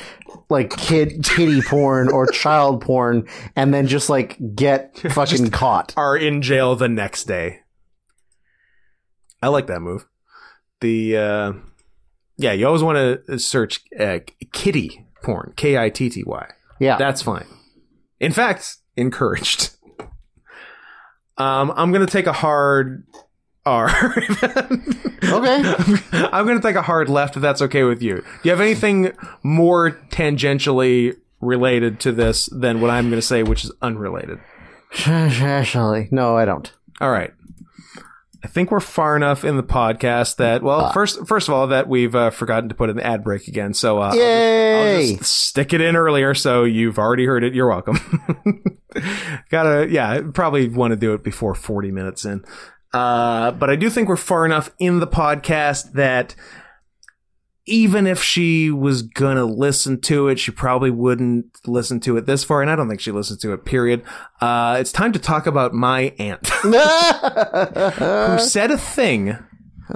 like kid kitty porn or child porn and then just like get fucking caught.
Are in jail the next day. I like that move. The uh, yeah, you always want to search uh, kitty porn, K I T T Y.
Yeah.
That's fine. In fact, encouraged. Um, I'm gonna take a hard R.
okay.
I'm gonna take a hard left if that's okay with you. Do you have anything more tangentially related to this than what I'm gonna say, which is unrelated?
Actually, no, I don't.
All right. I think we're far enough in the podcast that well, first first of all, that we've uh, forgotten to put an ad break again. So uh, I'll
Yay!
just stick it in earlier so you've already heard it. You're welcome. Gotta, yeah, probably want to do it before 40 minutes in. Uh, but I do think we're far enough in the podcast that even if she was gonna listen to it, she probably wouldn't listen to it this far, and I don't think she listened to it, period. Uh, it's time to talk about my aunt, who said a thing
Uh,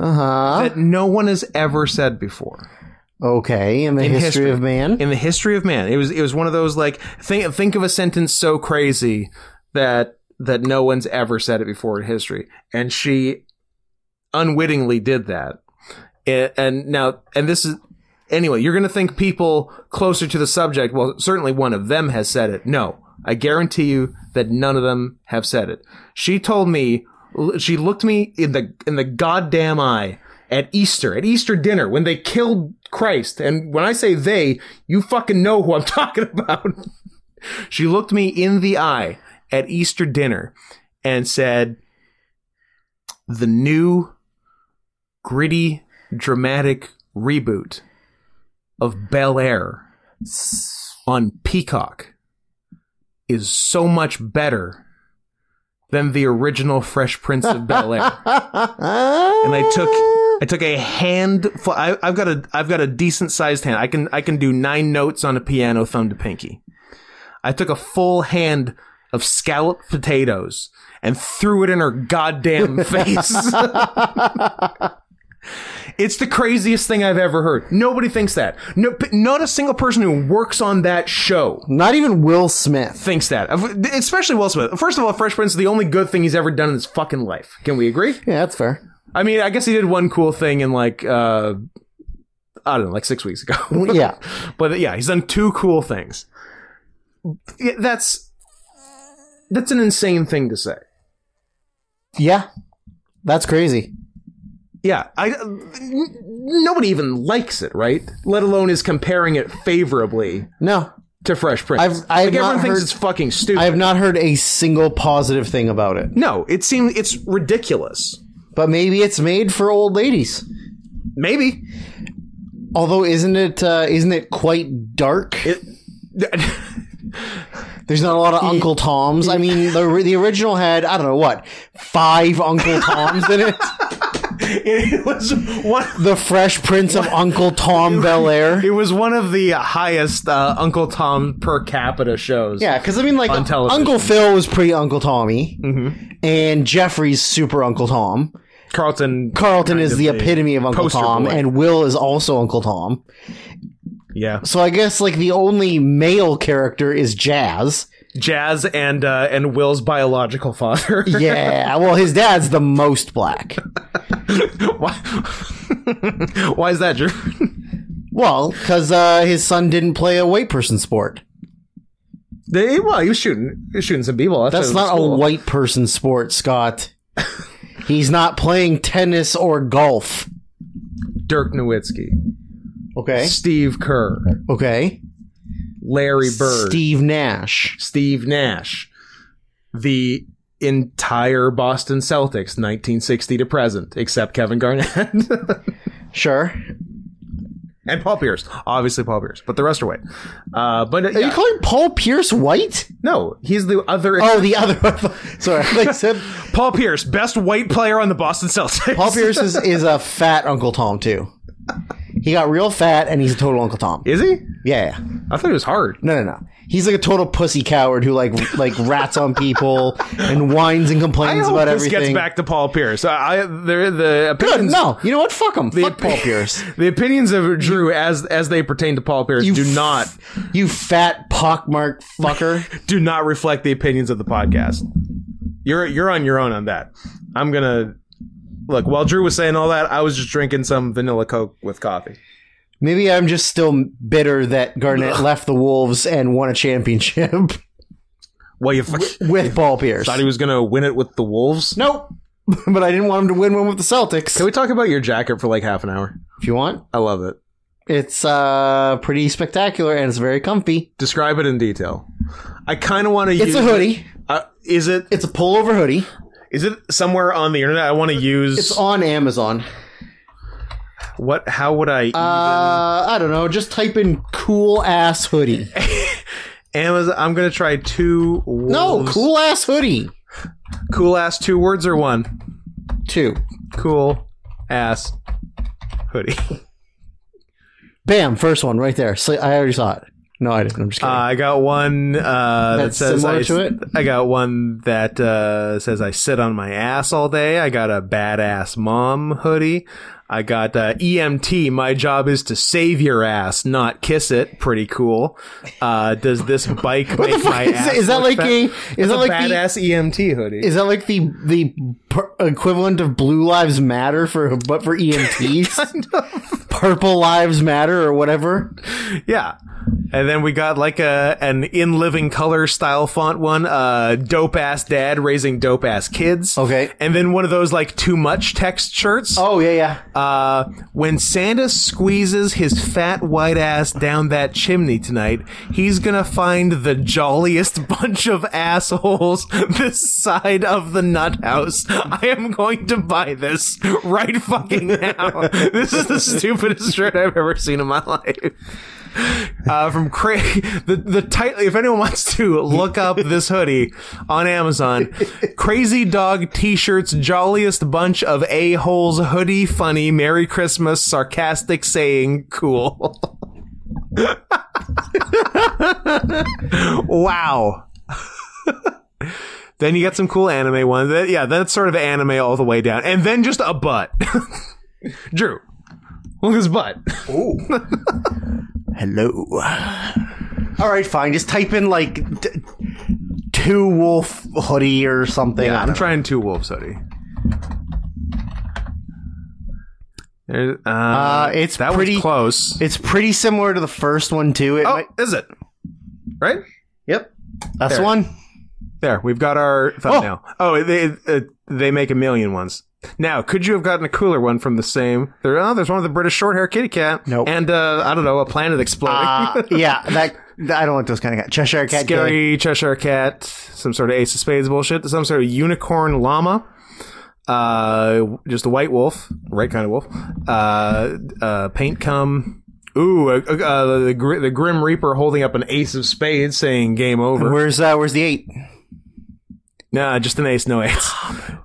uh-huh.
that no one has ever said before.
Okay, in the history,
history.
of man.
in the history of man. It was it was one of those like think think of a sentence so crazy that that no one's ever said it before in history, and she unwittingly did that. And, and now and this is anyway. You're going to think people closer to the subject. Well, certainly one of them has said it. No, I guarantee you that none of them have said it. She told me she looked me in the in the goddamn eye at Easter, at Easter dinner, when they killed Christ. And when I say they, you fucking know who I'm talking about. she looked me in the eye at Easter dinner and said, The new gritty, dramatic reboot of Bel Air on Peacock is so much better than the original Fresh Prince of Bel Air and I took I took a hand. Full, I, I've got a I've got a decent sized hand. I can I can do nine notes on a piano, thumb to pinky. I took a full hand of scalloped potatoes and threw it in her goddamn face. It's the craziest thing I've ever heard. Nobody thinks that. No, not a single person who works on that show
Not even Will Smith.
thinks that. Especially Will Smith. First of all, Fresh Prince is the only good thing he's ever done in his fucking life. Can we agree?
Yeah, that's fair.
I mean, I guess he did one cool thing in like uh I don't know, like six weeks ago.
Yeah.
but yeah, he's done two cool things. Yeah, That's that's an insane thing to say.
Yeah. That's crazy.
Yeah, I n- nobody even likes it, right? Let alone is comparing it favorably
No,
to Fresh Prince.
I've- I have
like
not
everyone thinks
heard-
it's fucking stupid.
I have not heard a single positive thing about it.
no, it seems it's ridiculous.
But maybe it's made for old ladies.
Maybe
Although isn't it uh, isn't it quite dark?
it.
There's not a lot of Uncle Toms. I mean, the the original had I don't know what five Uncle Toms in it.
it was one.
The Fresh Prince of Uncle Tom Bel Air.
It was one of the highest uh, Uncle Tom per capita shows.
Yeah, because I mean, like
On television. Mm-hmm.
Uncle Phil was pre Uncle Tommy, and Jeffrey's super Uncle Tom.
Carlton.
Carlton is the epitome of Uncle
poster
Tom,
boy.
and Will is also Uncle Tom.
Yeah,
So I guess like the only male character is Jazz.
Jazz and uh, and Will's biological father.
Yeah, well, his dad's the most black.
Why? Why is that, Drew?
Well, because uh, his son didn't play a white person sport.
They, well, he was shooting, he was shooting some people.
That's not a white person sport, Scott. He's not playing tennis or golf.
Dirk Nowitzki,
Okay.
Steve Kerr,
Okay.
Larry Bird,
Steve Nash.
Steve Nash, the entire Boston Celtics, 1960 to present, except Kevin Garnett
Sure.
and Paul Pierce. Obviously, Paul Pierce, but the rest are white. Uh, but uh,
Are you
yeah.
calling Paul Pierce white?
no, he's the other.
Oh, the other. Sorry, I said
Paul Pierce, best white player on the Boston Celtics.
Paul Pierce is, is a fat Uncle Tom too. He got real fat, and he's a total Uncle Tom.
is he?
Yeah. yeah.
I thought it was hard.
No, no, no. He's like a total pussy coward who like like rats on people and whines and
I
complains
hope
about
this
everything.
gets back to Paul Pierce. I, I there the
Good.
opinions.
No, you know what? Fuck him. Fuck
opi-
Paul Pierce.
The opinions of Drew as as they pertain to Paul Pierce
You
do
f-
not
You fat pockmark fucker.
do not reflect the opinions of the podcast. You're you're on your own on that. I'm gonna look. While Drew was saying all that, I was just drinking some vanilla Coke with coffee.
Maybe I'm just still bitter that Garnett left the Wolves and won a championship
Well, you fuck-
with Paul Pierce.
thought he was gonna win it with the Wolves.
nope. but I didn't want him to win one with the Celtics.
Can we talk about your jacket for like half an hour?
if you want,
I love it.
it's uh pretty spectacular and it's very comfy.
Describe it in detail. I kind of want to.
It's a hoodie.
Uh, is it
It's a pullover hoodie.
is it somewhere on the internet? I want to use.
It's on Amazon.
What? How would I?
Uh, I don't know. Just type in "cool ass hoodie."
Amazon. I'm gonna try two. Wolves.
No, cool ass hoodie.
Cool ass. Two words or one.
Two.
Cool ass hoodie. Uh,
Bam. First one right there. Sli- I already saw it. No, I didn't. I'm just kidding.
Uh, I got one uh,
That's
that says
similar
I,
to it?
I got one that uh, says I sit on my ass all day. I got a badass mom hoodie. I got uh, EMT. My job is to save your ass, not kiss it. Pretty cool. Uh, does this bike
what the
make
fuck
my
is,
ass?
that? Is that
look
like
fat?
a? Is that
It's a
like the?
badass EMT hoodie?
Is that like the the per- equivalent of Blue Lives Matter for but for EMTs? Purple Lives Matter or whatever.
Yeah. And then we got like a an in living color style font one, uh dope ass dad raising dope ass kids.
Okay.
And then one of those like too much text shirts.
Oh yeah, yeah.
Uh when Santa squeezes his fat white ass down that chimney tonight, he's gonna find the jolliest bunch of assholes this side of the nut house. I am going to buy this right fucking now. this is the stupidest shirt I've ever seen in my life uh, from Craig. The the title. If anyone wants to look up this hoodie on Amazon, Crazy Dog T-shirts, jolliest bunch of a holes, hoodie, funny, Merry Christmas, sarcastic saying, cool. wow. then you get some cool anime ones. That- Yeah, that's sort of anime all the way down, and then just a butt. Drew, look at his butt.
Hello. All right, fine. Just type in like d- two wolf hoodie or something. I
I'm
don't know.
trying two wolves hoodie. There, uh,
Uh, it's
that
pretty-
was close.
It's pretty similar to the first one too. It
oh,
might-
is it? Right
Yep.
that's the
there.
one.
there, we've got our thumbnail. Oh, they uh, they make a million ones. Now, could you have gotten a cooler one from the same? There, oh, there's one with the British short hair kitty cat.
Nope.
And uh, I don't know, a planet exploding.
Uh, yeah, that I don't like those kind of guys. Cheshire cat. gang.
Scary Cheshire Cat, some sort of Ace of Spades bullshit, some sort of unicorn llama, uh, just a white wolf, right kind of wolf, uh, uh, paint cum. Ooh, uh, uh, the, Gr- the Grim Reaper holding up an Ace of Spades saying game over.
Where's uh, where's the eight?
Nah, just an ace, no ace.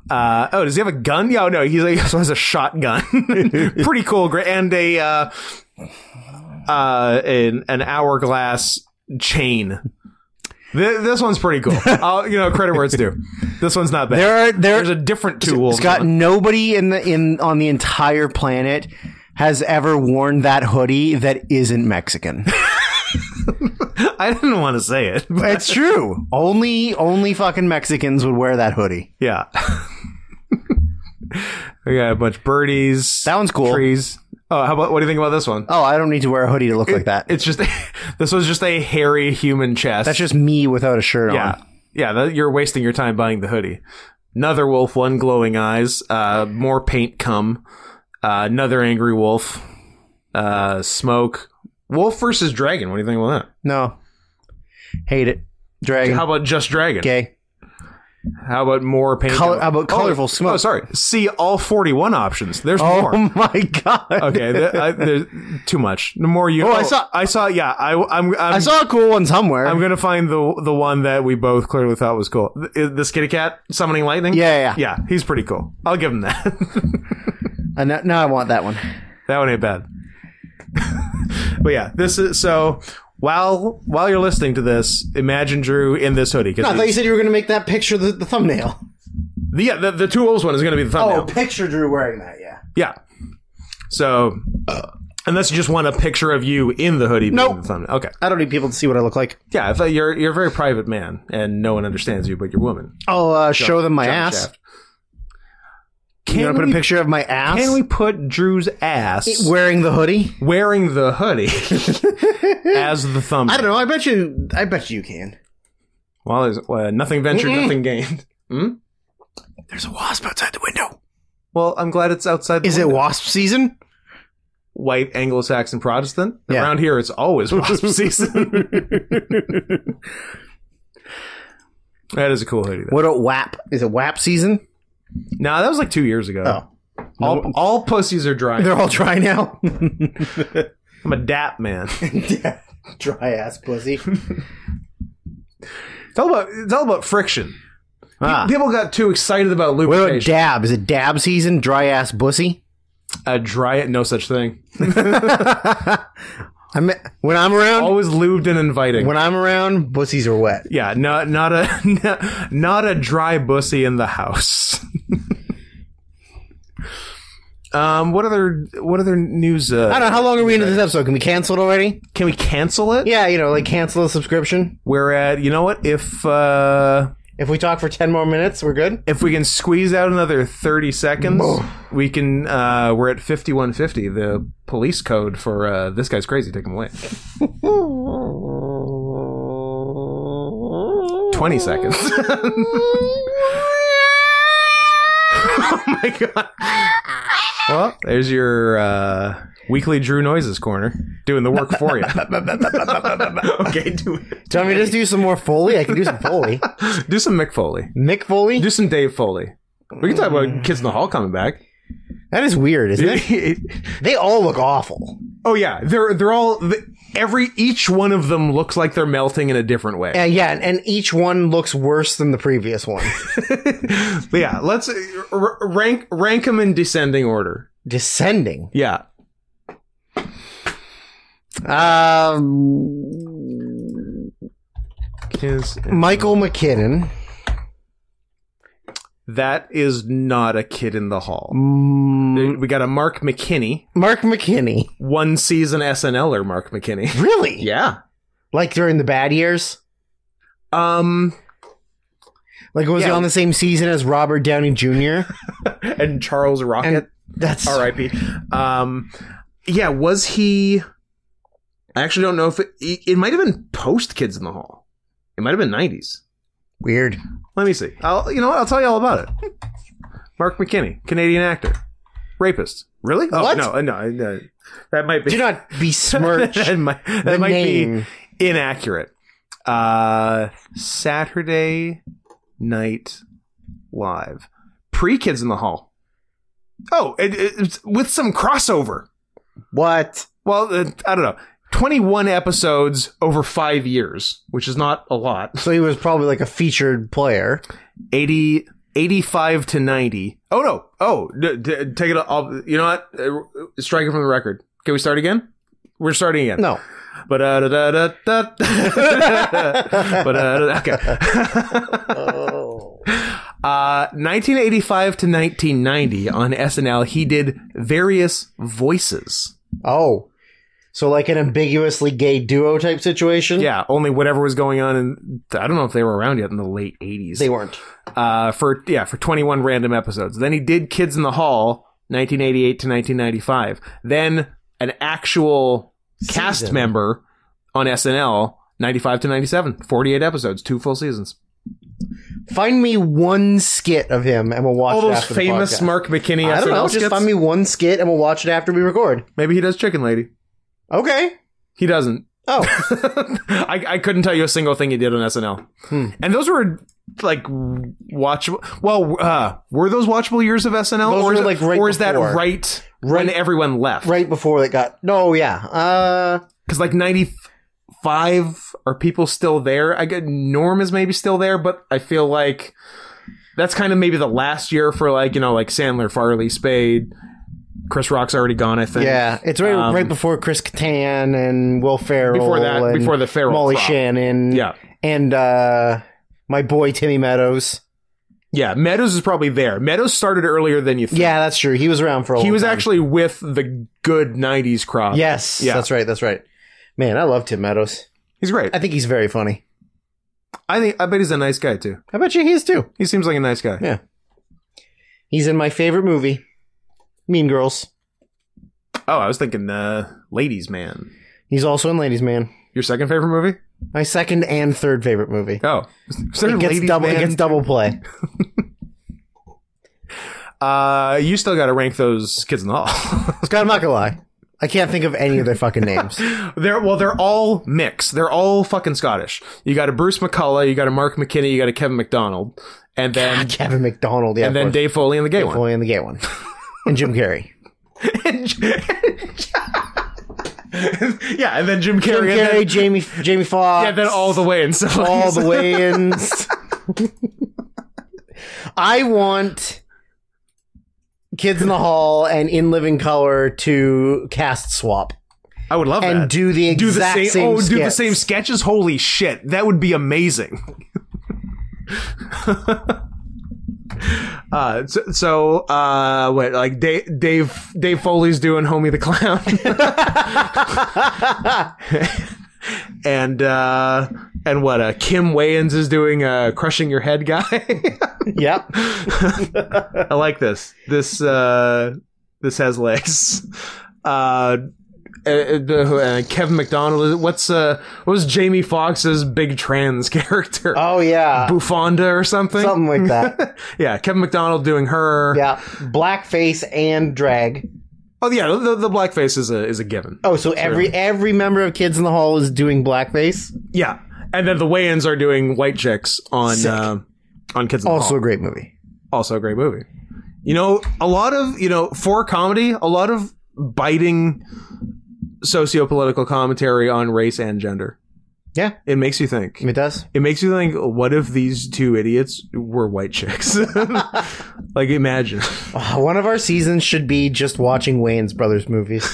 Uh, oh, does he have a gun? Yeah, oh, no, he's, he also has a shotgun. Pretty cool. Great. And a, uh, uh, an, an hourglass chain. Th- this one's pretty cool. I'll, you know, credit where it's due. This one's not bad.
There are there.
There's a different tool.
Scott, nobody in the in on the entire planet has ever worn that hoodie that isn't Mexican.
I didn't want to say it. but
it's true. Only only fucking Mexicans would wear that hoodie.
yeah. we got a bunch of birdies.
That one's cool.
Trees. Oh, how about, what do you think about this one?
Oh, I don't need to wear a hoodie to look like that.
It's just, this was just a hairy human chest.
That's just me without a shirt
Yeah,
on.
yeah. That, you're wasting your time buying the hoodie. Another wolf, one glowing eyes, uh, more paint come. Uh, another angry wolf, uh, smoke. Wolf versus dragon. What do you think about
No, hate it.
that?
Dragon.
How about just dragon?
gay.
How about more paint?
Color-
cum?
how about
Oh,
colorful smoke?
Oh, sorry. See all 41 options. There's more.
Oh my god.
Okay, th- I, there's too much. The more you.
Oh, I saw-
I saw. Yeah, I, I'm. I'm
I saw a cool one somewhere.
I'm gonna find the the one that we both clearly thought was cool. The, the kitty cat summoning lightning.
Yeah, yeah,
yeah, he's pretty cool. I'll give him that.
And now, now Uh, I want that one.
That one ain't bad. but yeah, this is so. While while you're listening to this, imagine Drew in this hoodie
I
because
thought you said you were going to make that picture the, the thumbnail.
yeah, the, the two wolves one is going to be the
Oh,
thumbnail.
picture Drew wearing that, yeah.
Yeah. So unless you just want a picture of you in the hoodie, no
Nope.
the thumbnail. Okay.
I don't need people to see what I look like.
Yeah, I thought you're you're a very private man, and no one understands you, but you're a woman.
I'll uh, show them my ass.
Shaft.
You
Can
want to put
we-
a picture of my ass
Can we put Drew's ass
wearing the hoodie?
wearing the hoodie as the thumbnail?
I don't know. I bet you. I bet you can.
Well, there's, uh, nothing ventured,
Mm-mm.
nothing gained. Hmm?
There's a wasp outside the window.
Well, I'm glad it's outside. The
Is it
window.
wasp season?
white Anglo-Saxon Protestant?
Yeah.
Around here, it's always wasp season. that is a cool hoodie. Though.
What a wap! Is it wap season?
No, that was like two years ago.
Oh,
all, all pussies are dry.
they're all dry now.
I'm a dap man.
dry ass pussy.
it's all about it's all about friction.
Ah.
People got too excited about
What about
lubrication.
dab? Is it dab season? Dry ass pussy.
uh, dry it, no such thing.
I'm when I'm around.
Always lubed and inviting.
When I'm around, pussies are wet.
yeah, not not a not a dry bussy in the house. um, what other what other news? Uh,
I don't know. How long are we into this episode? Can we cancel it already?
Can we cancel it?
Yeah, you know, like cancel the subscription.
We're at you know what if uh
If we talk for ten more minutes, we're good.
if we can squeeze out another 30 seconds we can uh we're at 5150 the police code for uh this guy's crazy take him away 20 seconds oh my god well there's your uh weekly drew noises corner doing the work for you okay do
Do you want me to just do some more Foley? I can do some Foley.
do some mick foley
Mick Foley.
do some dave foley we can talk about kids in the hall coming back
That is weird, isn't it? They all look awful.
Oh yeah, they're they're all th- every each one of them looks like they're melting in a different way.
Uh, yeah, and, and each one looks worse than the previous one.
But yeah, let's uh, r- rank rank them in descending order.
Descending.
Yeah,
Um,
Kids-
Michael McKinnon,
that is not a kid in the hall. There- We got a Mm, Mark McKinney,
Mark McKinney.
one season SNLer er Mark McKinney.
Really?
yeah.
Like during the bad years.
Um,
Like was he
Yeah.
on the same season as Robert Downey Jr.
and Charles Rocket.
and That's
R.I.P. Um, yeah, was he? I actually don't know if it, it, it might have been post Kids in the Hall. It might have been nineties.
weird.
Let me see. I'll you know what? I'll tell you all about it. Mark McKinney, Canadian actor, rapist. Really? Oh
What?
no, uh, no, no, that might be
Do not besmirch
that might, that
the
might
name.
be inaccurate. Uh, Saturday Night Live, pre Kids in the Hall. Oh, it, it- it's with some crossover.
What?
Well, uh, I don't know. 21 episodes over five years, which is not a lot.
So he was probably like a featured player.
80, 85 to 90. Oh, no. Oh, d- d- take it. I'll, you know what? Uh, Strike it from the record. Can we start again? We're starting again.
No,
But uh, da, da, da, da. but uh, okay. Oh. Uh, 1985 to 1990 on SNL, he did various voices.
Oh. So like an ambiguously gay duo type situation?
Yeah, only whatever was going on, and I don't know if they were around yet in the late 80s.
They weren't.
uh, for yeah for 21 random episodes. Then he did Kids in the Hall 1988 to 1995. Then an actual cast
Season.
member on SNL 95 to 97, 48 episodes, two full seasons.
Find me one skit of him and we'll watch
All
it
those
after the
famous
podcast.
Mark McKinney
I don't
SNL
know. Just
skits.
find me one skit and we'll watch it after we record.
Maybe he does Chicken Lady.
Okay.
He doesn't.
Oh,
I, I couldn't tell you a single thing he did on SNL.
Hmm.
And those were like watchable. Well, uh, were those watchable years of SNL,
Those
or is,
were,
it-
like, right
or is that
before.
right, when
Right-
everyone left?
right before it got. No, yeah. Uh,
because like 95 are people still there i get norm is maybe still there but i feel like that's kind of maybe the last year for like you know like sandler farley spade chris rock's already gone i think
yeah. It's right
Um,
right before Chris Kattan and Will Ferrell.
Before that-
and
before the Ferrell
Molly
crop.
Shannon.
yeah
And uh, my boy Timmy Meadows.
yeah meadows is probably there meadows started earlier than you think
Yeah, that's true. He was around for a
he
long
was
time.
actually with the good 90s crop
Yes,
Yeah.
that's right. That's right. Man, I love Tim Meadows.
he's great
I think he's very funny.
i think i bet he's a nice guy too
I bet you he is too.
he seems like a nice guy
Yeah. He's in my favorite movie, Mean Girls.
oh i was thinking uh ladies man
He's also in Ladies Man.
your second favorite movie
My second and third favorite movie.
oh Is there
It gets
Ladies
double. It
Man
gets
too?
double play.
Uh, you still got to rank those kids in the hall.
Scott, I'm not gonna lie. I can't think of any of their fucking names.
they're well, they're all mixed. They're all fucking Scottish. You got a Bruce McCullough, you got a Mark McKinney, you got a Kevin McDonald, and then
Kevin McDonald, yeah,
and then Dave Foley and the gay one.
Foley and the gay one, and Jim Carrey.
yeah, and then Jim
Jim
Carrey. and
Carrey,
then,
Jamie Jamie Foxx.
yeah, then all the way and so
all the weigh-ins. I want Kids in the Hall and In Living Color to cast swap
I would love
and
that.
do the
do the
exact
same.
same.
oh, do the
skits.
same sketches. Holy shit, that would be amazing. uh, so, so uh, what? Like Dave, Dave, Dave Foley's doing "Homie the Clown," and uh, and what? Uh, Kim Wayans is doing uh, "Crushing Your Head," guy.
Yep.
I like this. This uh, this has legs. Uh, uh, uh, Kevin McDonald. What's uh, what was Jamie Foxx's big trans character?
Oh yeah.
Bufonda or something?
Something like that.
Yeah, Kevin McDonald doing her.
Yeah. Blackface and drag.
Oh yeah, the, the blackface is a is a given.
Oh, so every every member of Kids in the Hall is doing blackface.
Yeah, and then the Wayans are doing white chicks on
Sick.
uh, on Kids in the
Also
Hall.
a great movie.
also a great movie. You know, a lot of you know for comedy, a lot of biting socio-political commentary on race and gender.
Yeah.
It makes you think.
It does.
It makes you think. What if these two idiots were white chicks? like, imagine.
Uh, One of our seasons should be just watching Wayne's Brothers movies.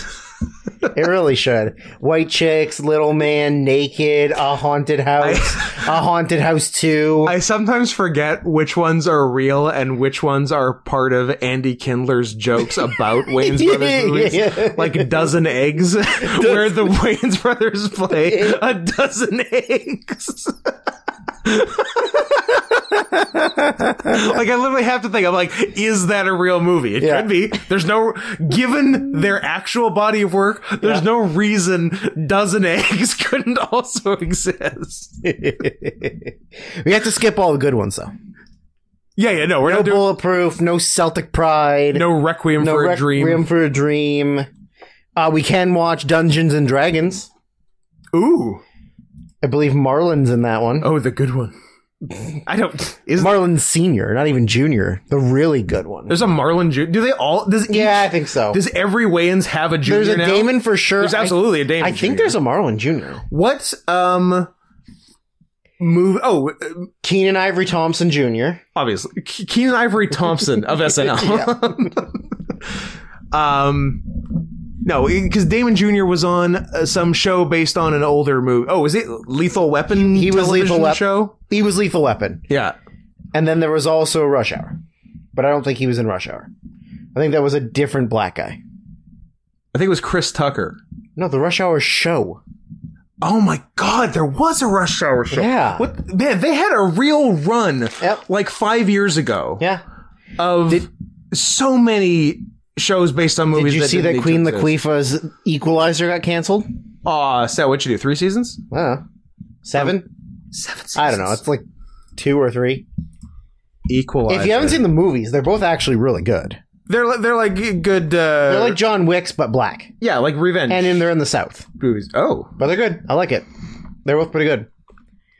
it really should. White Chicks, Little Man, Naked, A Haunted House, A Haunted House 2.
I sometimes forget which ones are real and which ones are part of Andy Kindler's jokes about Wayne's Brothers movies.
Yeah.
Like a dozen eggs, where the Wayne's Brothers play a dozen eggs. like I literally have to think. I'm like, is that a real movie? It
Yeah.
could be. There's no given their actual body of work. There's no reason dozen eggs couldn't also exist.
we have to skip all the good ones though.
Yeah, yeah. No, we're
No
not doing
bulletproof, no Celtic pride,
no requiem
no
for a
Requiem
dream.
for a dream. Uh, we can watch Dungeons and Dragons.
Ooh,
I believe Marlin's in that one.
oh, the good one. I don't. Is
Marlin Senior, not even Junior, the really good one.
there's a Marlin Jr. Do they all? Does each-
yeah, I think so.
Does every Wayans have a junior
There's a
now?
Damon for sure.
There's
I-
absolutely a Damon.
I think there's a Marlin Junior.
what um move? Oh, uh,
Keenan Ivory Thompson Junior.
obviously Ke- Keenan Ivory Thompson of SNL. um, no, because Damon Jr. was on uh, some show based on an older movie. Oh, is it Lethal Weapon?
He was
television
Lethal Wep-
show.
He was Lethal Weapon,
Yeah,
and then there was also Rush Hour, but I don't think he was in Rush Hour. I think that was a different black guy.
I think it was Chris Tucker.
No, the Rush Hour show.
Oh my God! There was a Rush Hour show.
Yeah.
what man? They had a real run,
Yep.
like five years ago.
Yeah.
of so many shows based on movies.
Did you see
didn't
that
need to
Queen
exist.
Latifah's Equalizer got canceled?
Aw, so what you do? Three seasons?
Uh, seven?
Seven. Seasons.
I don't know. It's like two or three.
Equalizer.
If you haven't seen the movies, they're both actually really good.
they're li- they're like good. Uh,
They're like John Wick's but black,
yeah, like revenge
and in, they're in the South,
movies. Oh,
but they're good. I like it. They're both pretty good.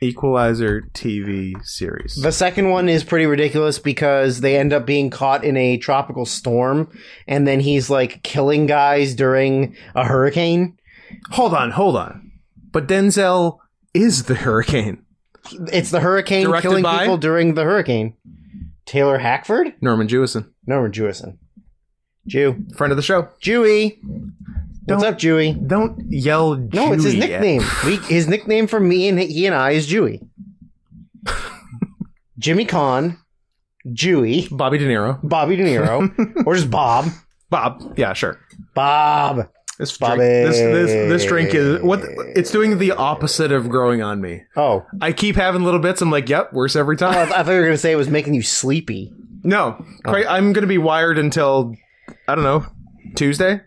Equalizer TV series.
The second one is pretty ridiculous because they end up being caught in a tropical storm, and then he's like killing guys during a hurricane.
hold on, hold on. But Denzel is the hurricane.
It's the hurricane
Directed
killing
by?
people during the hurricane. Taylor Hackford,
Norman Jewison,
Norman Jewison, Jew,
friend of the show.
Jewy. What's
Don't-
up, Jewy?
Don't yell.
No, it's his
Jewy at-
nickname. We, his nickname for me and he and I is Jewy. Jimmy Kahn, Jewy,
Bobby De Niro.
Bobby De Niro, or just Bob.
Bob. Yeah, sure.
Bob.
This
Bobby.
drink, this, this this drink is what it's doing the opposite of growing on me.
Oh,
I keep having little bits. I'm like, yep, worse every
I,
time.
Oh, I thought you were going to say it was making you sleepy.
no,
uh.
cra- I'm going to be wired until I don't know Tuesday.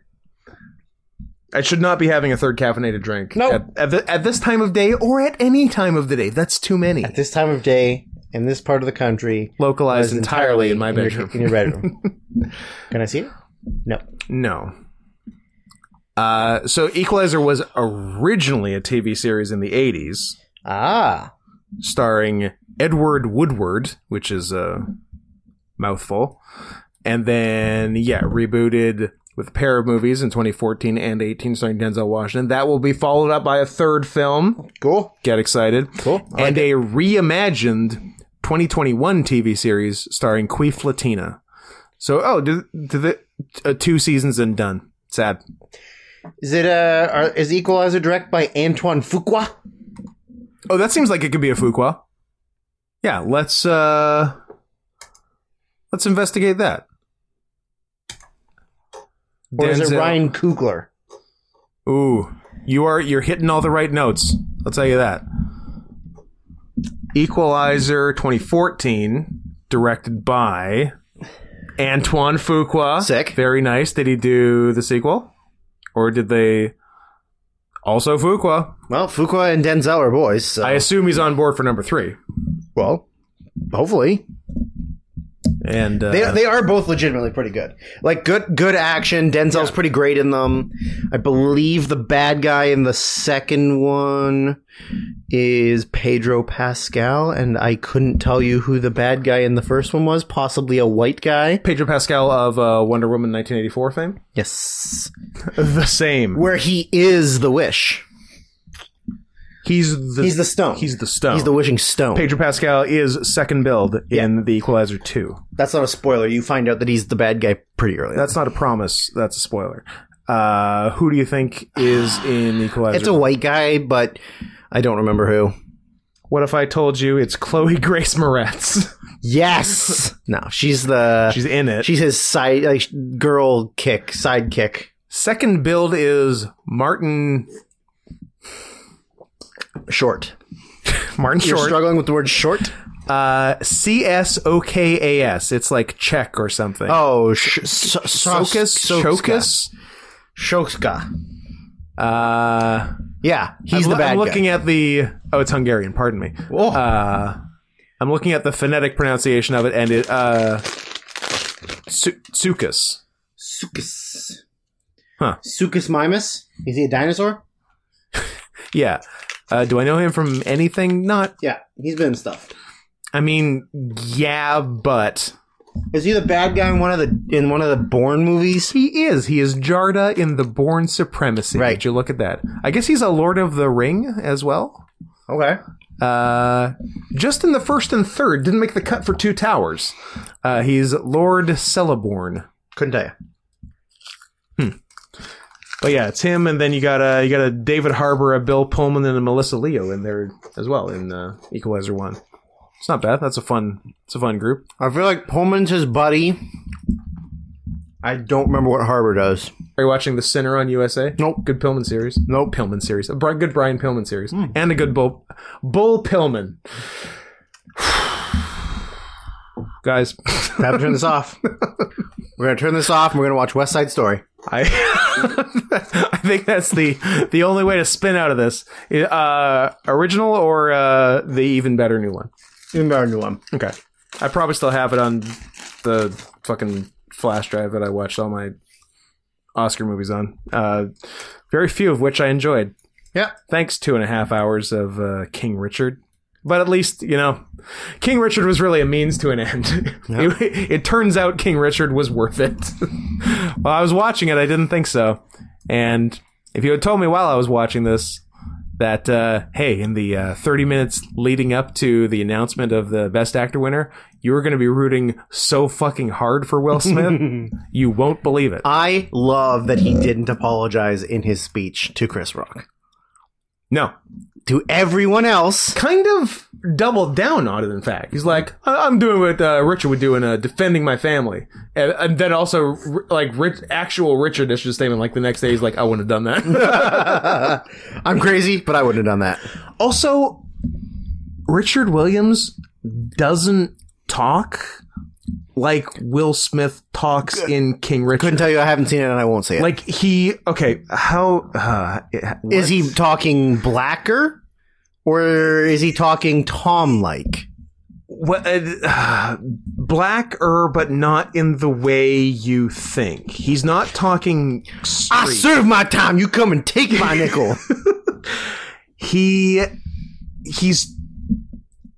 I should not be having a third caffeinated drink.
Nope.
At, at, the, at this time of day or at any time of the day. That's too many.
At this time of day, in this part of the country,
Localized entirely, in my
your-
bedroom.
in your bedroom. Can I see it? No.
No. Uh, so Equalizer was originally a TV series in the 80s.
Ah.
starring Edward Woodward, which is a mouthful. And then, yeah, rebooted with a pair of movies in 2014 and 18 starring Denzel Washington. That will be followed up by a third film.
Cool.
Get excited.
Cool. I like
and a reimagined 2021 TV series starring Queef Latina. So, oh, did, did the, uh, two seasons and done. Sad.
Is it uh are, is Equalizer directed by Antoine Fuqua?
Oh, that seems like it could be a Fuqua. Yeah, let's uh let's investigate that.
Or is it
Denzel-
Ryan Coogler?
Ooh, you are you're hitting all the right notes. I'll tell you that. Equalizer 2014, directed by Antoine Fuqua.
Sick.
Very nice. Did he do the sequel, or did they also Fuqua?
Well, Fuqua and Denzel are boys, so
I assume he's on board for number three.
well, hopefully.
And uh,
They, they are both legitimately pretty good. Like good good action. Denzel's pretty great in them. I believe the bad guy in the second one is Pedro Pascal, and I couldn't tell you who the bad guy in the first one was. Possibly a white guy.
Pedro Pascal of uh, Wonder Woman 1984 fame.
Yes,
The same.
where he is the wish.
He's the
He's the stone.
he's the stone.
He's the wishing stone.
Pedro Pascal is second build in The Equalizer 2.
That's not a spoiler. You find out that he's the bad guy pretty early.
That's not a promise. That's a spoiler. Uh, who do you think is in Equalizer?
it's a white guy, but I don't remember who.
what if I told you it's Chloe Grace Moretz?
Yes. no, she's the
She's in it.
She's his side like girl kick sidekick.
second build is Martin
Short.
Martin
You're
Short.
struggling with the word short.
Uh, C S O K A S. It's like Czech or something.
Oh, sh-
Sokas, Shokas.
Shokska.
Uh,
Yeah, he's
I'm,
the
lo-
bad
I'm looking
guy.
at the. Oh, it's Hungarian. Pardon me.
Oh.
Uh, I'm looking at the phonetic pronunciation of it, and it uh, Su- Sukas.
Sukus.
Huh.
Sukus Mimus? Is he a dinosaur?
Yeah. Uh, do I know him from anything? Not.
Yeah, he's been in stuff.
I mean, yeah, but
Is he the bad guy in one of the in one of the Bourne movies?
he is. He is Jarda in the Born Supremacy.
Right.
Did you look at that? I guess he's a Lord of the Ring as well.
Okay.
Uh, just in the first and third, didn't make the cut for Two Towers. Uh, he's Lord Celeborn.
Couldn't tell you.
But Oh, yeah, it's him, and then you got a you got a David Harbour, a Bill Pullman, and a Melissa Leo in there as well in uh, Equalizer One. It's not bad. That's a fun. It's a fun group.
I feel like Pullman's his buddy. I don't remember what Harbor does.
Are you watching The Sinner on USA?
Nope.
Good Pillman series.
Nope. Hmm.
Pillman series. A bri- good Brian Pillman series. And a good Bull Bull Pillman. Guys,
Have to turn this off. We're gonna turn this off and we're gonna watch West Side Story.
I I think that's the the only way to spin out of this. Uh, original or uh, the even better new one.
Even better new one.
Okay. I probably still have it on the fucking flash drive that I watched all my Oscar movies on. Uh, very few of which I enjoyed.
Yeah.
Thanks, two and a half hours of uh, King Richard. But at least, you know, King Richard was really a means to an end. it, it turns out King Richard was worth it. while I was watching it, I didn't think so. And if you had told me while I was watching this, that uh, hey, in the uh, 30 minutes leading up to the announcement of the Best Actor winner, you were going to be rooting so fucking hard for Will Smith, you won't believe it.
I love that he didn't apologize in his speech to Chris Rock.
No,
To everyone else,
kind of doubled down on it. In fact, he's like, I- I'm doing what uh, Richard would do in uh, defending my family, and, and then also r- like rich, actual Richard issued a statement like the next day. He's like, I wouldn't have done that.
I'm crazy, but I wouldn't have done that.
also, Richard Williams doesn't talk like Will Smith talks in King Richard.
Couldn't tell you I haven't seen it and I won't say it.
like he okay how uh, what?
is he talking blacker or is he talking Tom like?
what, uh, blacker, but not in the way you think. He's not talking.
I
Street.
serve my time. You come and take my nickel.
he he's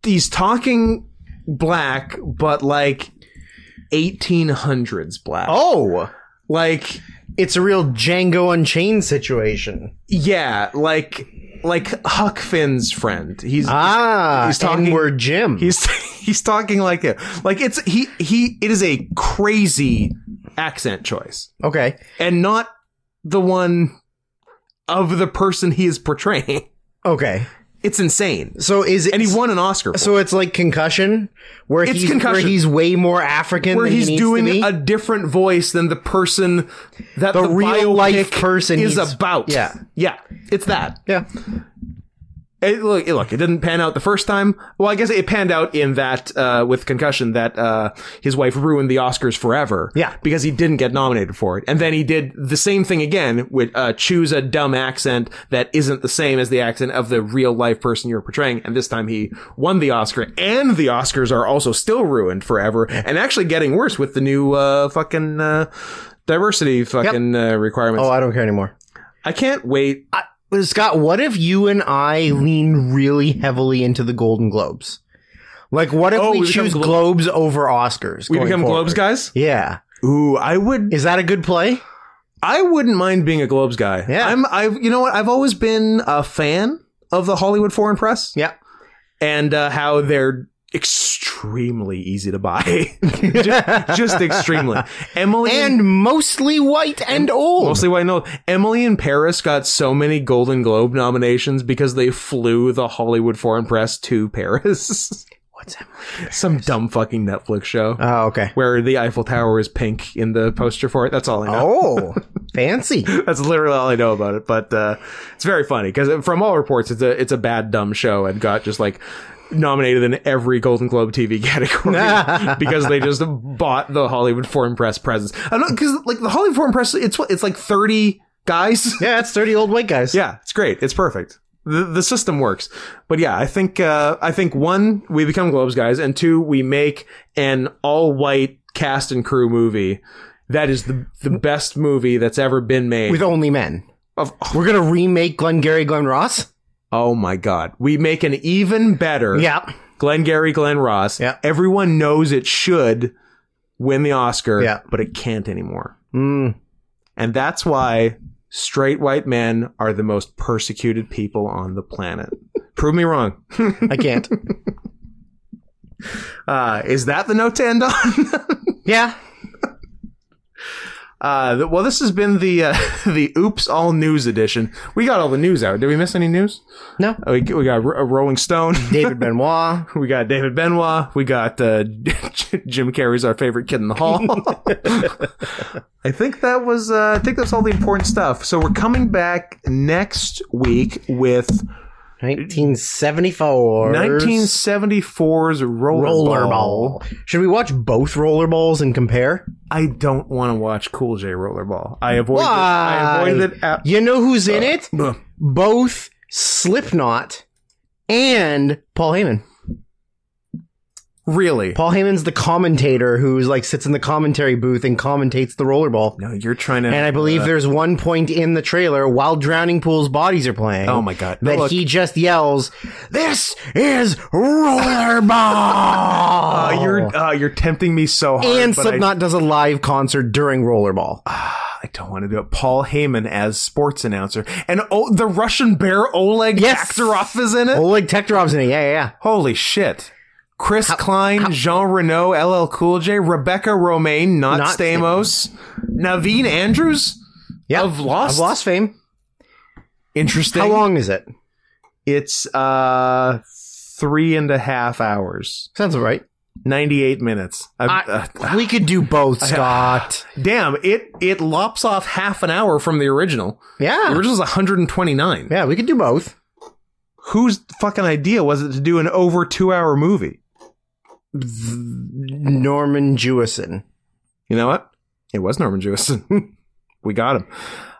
he's talking black, but like eighteen hundreds black.
oh,
like
it's a real Django Unchained situation.
yeah, like like Huck Finn's friend. He's
Ah,
he's talking-
N-word Jim.
He's he's talking like it. Like it's he he it is a crazy accent choice.
okay.
And not the one of the person he is portraying.
Okay.
It's insane.
So is it?
And he won an Oscar. For it.
so it's like concussion, where
It's
he's
Concussion.
where he's way more African.
where
than
he's
he needs to
doing
be.
a different voice than the person that the,
The real life
biopic
person
is
he's-
about.
Yeah.
yeah, it's that.
yeah.
It, look, it, look, it didn't pan out the first time. Well, I guess it panned out in that uh, with concussion that uh, his wife ruined the Oscars forever.
Yeah.
because he didn't get nominated for it, and then he did the same thing again with uh, choose a dumb accent that isn't the same as the accent of the real life person you're portraying, and this time he won the Oscar, and the Oscars are also still ruined forever, and actually getting worse with the new uh, fucking uh, diversity fucking uh, requirements.
Oh, I don't care anymore.
I can't wait.
But Scott, what if you and I lean really heavily into the Golden Globes? Like, what if
Oh,
we,
we become
choose
glo-
Globes over Oscars?
We
going
become
forward?
Globes guys.
Yeah.
Ooh, I would.
Is that a good play?
I wouldn't mind being a Globes guy.
Yeah.
I'm I you know what? I've always been a fan of the Hollywood Foreign Press
Yeah.
and uh, how they're extremely easy to buy. just, just extremely. Emily
And mostly white and old.
Mostly why no Emily in Paris got so many Golden Globe nominations because they flew the Hollywood Foreign Press to Paris.
What's Emily?
Some dumb fucking Netflix show
Oh, okay.
where the Eiffel Tower is pink in the poster for it. That's all I know.
Oh, fancy.
That's literally all I know about it, but uh, it's very funny because from all reports, it's a it's a bad dumb show and got just like nominated in every Golden Globe TV category because they just bought the Hollywood Foreign Press presence. I don't because like the Hollywood Foreign Press, it's what it's like thirty guys.
Yeah, it's thirty old white guys.
Yeah, it's great. It's perfect. The, the system works. But yeah, I think uh, I think one, we become Globes guys, and two, we make an all white cast and crew movie. That is the the best movie that's ever been made.
with only men.
Of-
We're gonna remake Glengarry Glen Ross.
oh my god, we make an even better
Yeah,
Glengarry Glenn Ross.
Yeah.
Everyone knows it should win the Oscar,
Yeah.
but it can't anymore.
mm,
And that's why straight white men are the most persecuted people on the planet. Prove me wrong.
I can't.
Uh, is that the note to end on?
yeah,
uh, th- well, this has been the uh, the Oops All News edition. We got all the news out. Did we miss any news?
No.
Uh, We, we got R- Rolling Stone.
David Benoit.
We got David Benoit. We got uh, Jim Carrey's our favorite kid in the hall. I think that was. Uh, I think that's all the important stuff. So we're coming back next week with
1974.
1974's Rollerball.
Rollerball. Should we watch both rollerballs and compare?
I don't want to watch Cool J Rollerball. I avoided. I
Why?
avoided. At-
You know who's in it?
Ugh.
Both Slipknot and Paul Heyman.
really?
Paul Heyman's the commentator who's like sits in the commentary booth and commentates the rollerball.
No, you're trying to. uh,
And I believe there's one point in the trailer while Drowning Pool's bodies are playing.
Oh my god! No,
That
look.
he just yells, "This is rollerball!"
Uh, you're uh, you're tempting me so hard.
and
but I- Uh,
Slipknot does a live concert during Rollerball.
I don't want to do it. Paul Heyman as sports announcer, and oh, the Russian bear Oleg
Yes. Oh.
Taktarov is in it.
Oleg Tektorov's in it. Yeah, yeah, yeah.
Holy shit! Chris Klein, Jean Renault, LL Cool J, Rebecca Romaine, not,
Not
Stamos, Naveen Andrews
Yeah.
of Lost.
I've lost fame.
Interesting.
How long is it?
It's uh three and a half hours,
Sounds all right.
ninety eight minutes. I- uh,
we could do both, Scott.
damn it! It lops off half an hour from the original. The
yeah.
original is one hundred and twenty nine.
Yeah, we could do both.
whose fucking idea was it to do an over two hour movie?
Norman Jewison.
You know what? It was Norman Jewison. we got him.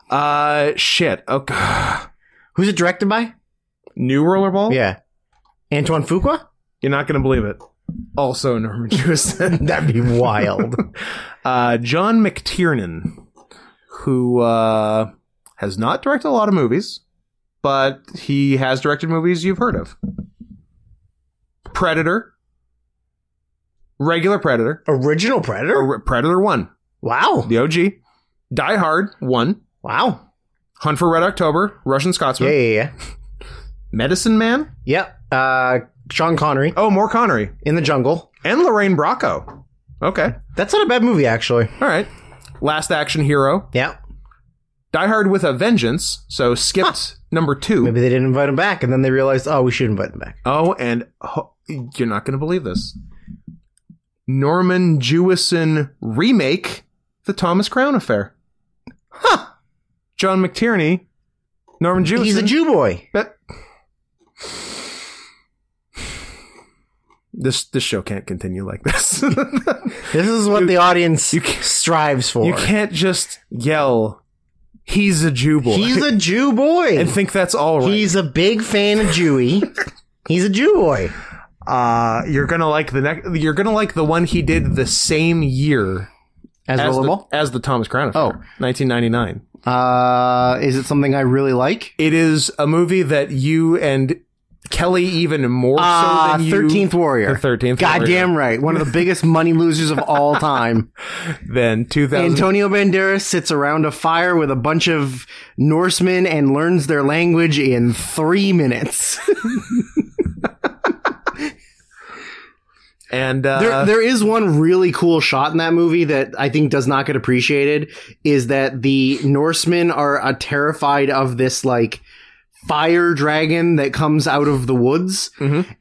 Uh, shit. Okay.
Who's it directed by?
New Rollerball?
Yeah. Antoine Fuqua?
You're not going to believe it. Also Norman Jewison.
That'd be wild.
Uh, John McTiernan, who, uh, has not directed a lot of movies, but he has directed movies you've heard of. Predator. Regular Predator.
Original Predator?
Or Predator 1.
Wow.
The OG. Die Hard 1.
Wow.
Hunt for Red October, Russian Scotsman,
Yeah, yeah, yeah.
Medicine Man.
Yep. Uh, Sean Connery
Oh, more Connery
in the jungle.
and Lorraine Bracco. Okay,
That's not a bad movie, actually.
all right. Last Action Hero,
Yeah.
Die Hard with a Vengeance. So skipped number two.
Maybe they didn't invite him back, and then they realized, oh, we should invite him back.
Oh, and ho- you're not going to believe this. Norman Jewison remake, The Thomas Crown Affair. Huh. John McTierney, Norman Jewison.
He's a Jew boy.
But this this show can't continue like this.
This is what the audience
you ca-
strives for.
you can't just yell, "He's a Jew boy,"
He's a Jew boy.
and think that's all right.
He's a big fan of Jewy. He's a Jew boy.
Uh, you're gonna like the next. You're gonna like the one he did the same year
As,
as the,
Rollerball?
as the Thomas Crown Affair.
Oh.
1999.
Uh, is it something I really like?
It is a movie that you and Kelly even more
Ah,
so than you.
13th Warrior.
The 13th Warrior.
Goddamn right. One of the biggest money losers of all time.
Then 2000.
Antonio Banderas sits around a fire with a bunch of Norsemen and learns their language in three minutes.
and uh,
There, there is one really cool shot in that movie that I think does not get appreciated is that the Norsemen are uh, terrified of this like fire dragon that comes out of the woods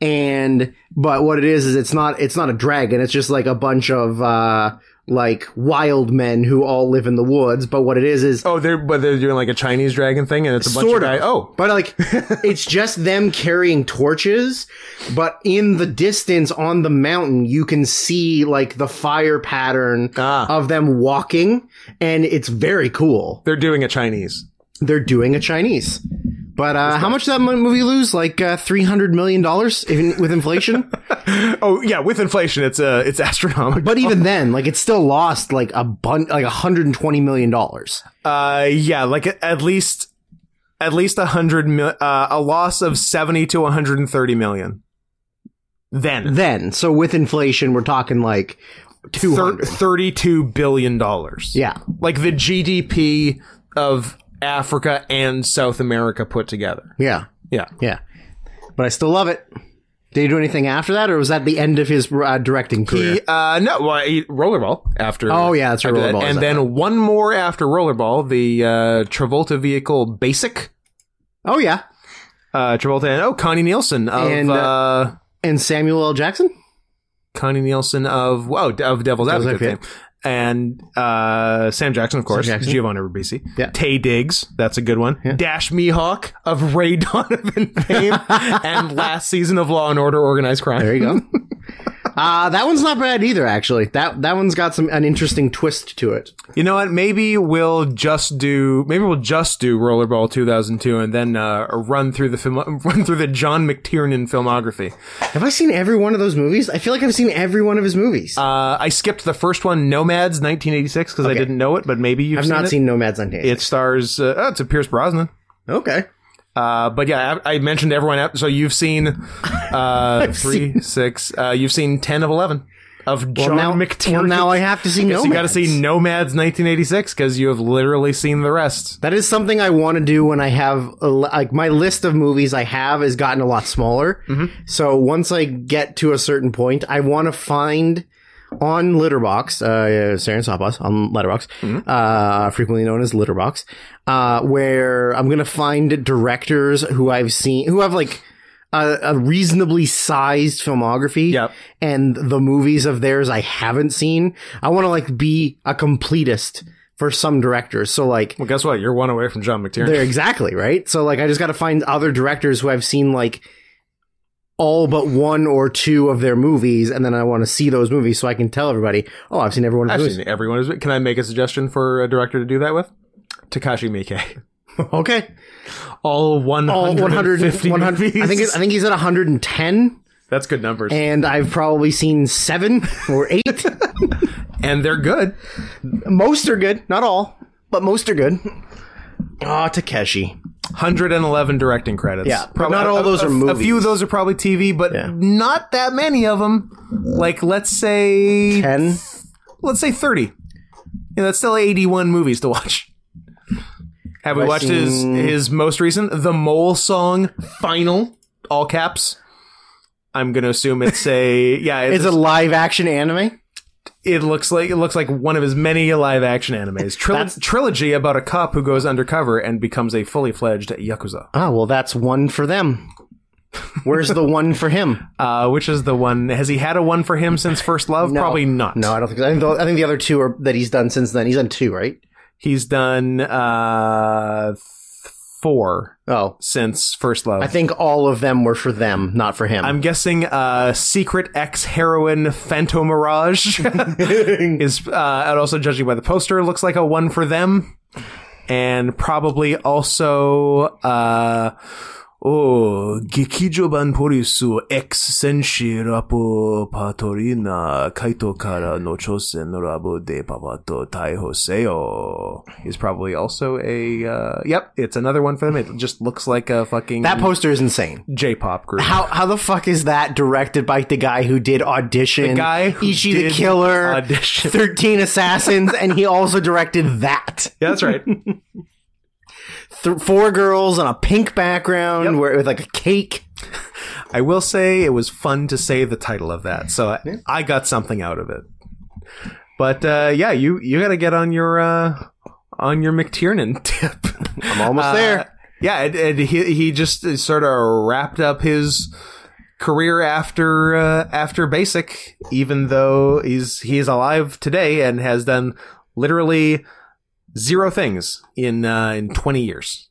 and but what it is is it's not it's not a dragon it's just like a bunch of uh like wild men who all live in the woods, but what it is is
Oh, they're but they're doing like a Chinese dragon thing, and it's a bunch
Sort
of,
of.
guy- oh,
But like, it's just them carrying torches. But in the distance on the mountain, you can see like the fire pattern
Ah.
of them walking, and it's very cool.
they're doing a Chinese.
They're doing a Chinese. But uh, how much did that mo- movie lose? Like uh, three hundred million dollars with inflation.
Oh yeah, with inflation, it's uh, it's astronomical.
but even then, like it's still lost like a bun, like hundred and twenty million dollars.
Uh, yeah, like a- at least at least a hundred mil, uh, a loss of seventy to one hundred and thirty million. Then
Then, so with inflation, we're talking like two
Thir-
hundred.
thirty-two billion dollars.
Yeah.
like the GDP of Africa and South America put together.
Yeah.
Yeah.
Yeah. But I still love it. Did he do anything after that, or was that the end of his uh, directing career?
He, uh, no, well, he, rollerball after.
Oh, yeah, that's right,
after that.
Rollerball is
And
that
then one more after rollerball, the uh, Travolta vehicle basic.
oh, yeah.
Uh, Travolta and oh, Connie Nielsen of
And, uh,
uh,
And Samuel L. Jackson?
Connie Nielsen of wow of Devil's
Devil's
Advocate,
Advocate.
fame. and uh, Sam Jackson of course,
Jackson.
Giovanni Ribisi,
Yeah.
Tay Diggs, that's a good one. Dash Mehawk of Ray Donovan fame, and last season of Law and Order: Organized Crime.
There you go. uh, that one's not bad either, actually. That that one's got some an interesting twist to it.
You know what? Maybe we'll just do maybe we'll just do Rollerball 2002 and then uh, run through the film, run through the John McTiernan filmography.
Have I seen every one of those movies? I feel like I've seen every one of his movies.
Uh, I skipped the first one, Nomads 1986, because I didn't know it, but maybe you've
I've
seen
not
it.
seen Nomads on Day.
it stars uh, oh, it's a Pierce Brosnan.
Okay.
Uh, but yeah, I, I mentioned everyone out. So you've seen uh, three, six. Uh, you've seen ten of eleven of John
now-
McTiernan.
well, now I have to see
Yes, You got to
Nomads.
see Nomads 1986 because you have literally seen the rest.
That is something I want to do when I have a, li- like my list of movies I have has gotten a lot smaller. So once I get to a certain point, I want to find on Litterbox, uh, Saren Sapas on Letterbox, uh, frequently known as Litterbox, uh, where I'm gonna find directors who I've seen who have like a, a reasonably sized filmography
Yep.
and the movies of theirs I haven't seen. I want to like be a completist for some directors. So like
Well, guess what? You're one away from John McTiernan.
they're exactly right. So like, I just got to find other directors who I've seen like all but one or two of their movies, and then I want to see those movies so I can tell everybody, oh, I've seen every one of
I've
those.
seen everyone. Is, can I make a suggestion for a director to do that with? Takashi Miike.
Okay,
All 100,
all 100, 100
movies.
I think it- I think he's at 110,
that's good numbers, and,
and I've probably seen seven or eight.
they're good.
most are good, not all, but most are good. Ah, Takeshi.
111 directing credits.
Yeah,
But
probably- not all
a-
those
a-
are
A few of
movies.
those are probably TV, but
Yeah.
not that many of them. Like let's say
Ten.
let's say 30. You know, that's still 81 movies to watch. Have we
I
watched his
seen-
his most recent, The Mole Song Final, all caps? I'm gonna assume it's a yeah. It's,
It's a live action anime.
it looks like it looks like one of his many live action animes. Trilo- trilogy about a cop who goes undercover and becomes a fully fledged yakuza.
Ah, well, that's one for them. Where's the one for him?
Uh, which is the one? Has he had a one for him since First Love? Probably not.
No, I don't think. So. I think the, I think the other two are that he's done since then. He's done two, right?
he's done uh, th- four
Oh,
since First Love.
I think all of them were for them, not for him.
I'm guessing uh, secret ex heroine Fento Mirage is, uh, and also judging by the poster, looks like a one for them, and probably also uh, oh Gekijoban Porisu ex Senshi Rapo Patorina Kaito Kara no Chosen Rabo de Papato Taiho Seo is probably also a uh, yep. It's another one for them. It just looks like a fucking
that poster is insane.
J-pop group.
How how the fuck is that directed by the guy who did audition?
The guy who
Ichi
did
the Killer,
Audition.
Thirteen Assassins, and he also directed that.
Yeah, that's right.
Th- four girls on a pink background, where with like a cake.
I will say it was fun to say the title of that, so I, I got something out of it. But uh, yeah, you you got to get on your uh, on your McTiernan tip.
I'm almost
Uh,
there.
Yeah, and, and he he just sort of wrapped up his career after uh, after Basic, even though he's he is alive today and has done literally zero things in uh, in twenty years.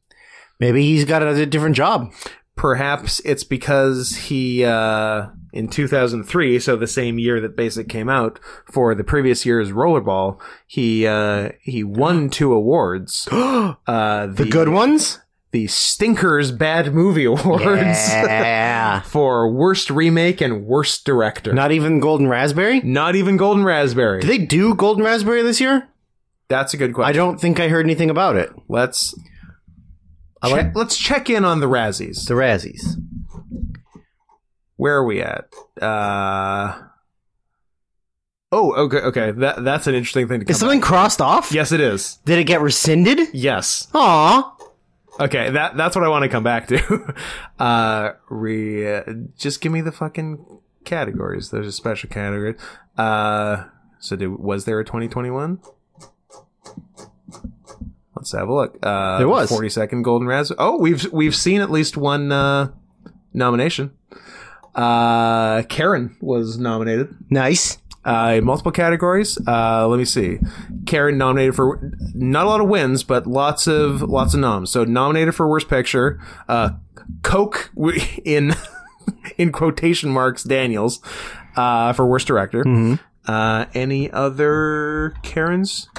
Maybe he's got a different job.
Perhaps it's because he uh, in 2003, so the same year that Basic came out, for the previous year's Rollerball, he uh, he won two awards. uh,
The good ones?
the Stinkers Bad Movie Awards
Yeah.
for worst remake and worst director.
Not even Golden Raspberry?
Not even Golden Raspberry.
Did they do Golden Raspberry this year?
That's a good
I
question.
don't think I heard anything about it.
Let's check, let's check in on the Razzies.
The Razzies.
Where are we at? Uh Oh, okay, okay. That that's an interesting thing to come.
Is something crossed off?
yes, it is.
Did it get rescinded?
Yes.
Aw.
Okay, that that's what I want to come back to. uh, re, uh, just give me the fucking categories. There's a special category. Uh, so did, was there a 2021? Let's have a look. Uh,
There was.
42nd Golden Raspberry. Oh, we've we've seen at least one uh, nomination. Uh, Karen was nominated
Nice.
uh, in multiple categories. Uh, let me see. Karen nominated for not a lot of wins, but lots of lots of noms. So nominated for worst picture. Uh, Coke w- in in quotation marks Daniels uh, for worst director. Uh, any other Karens?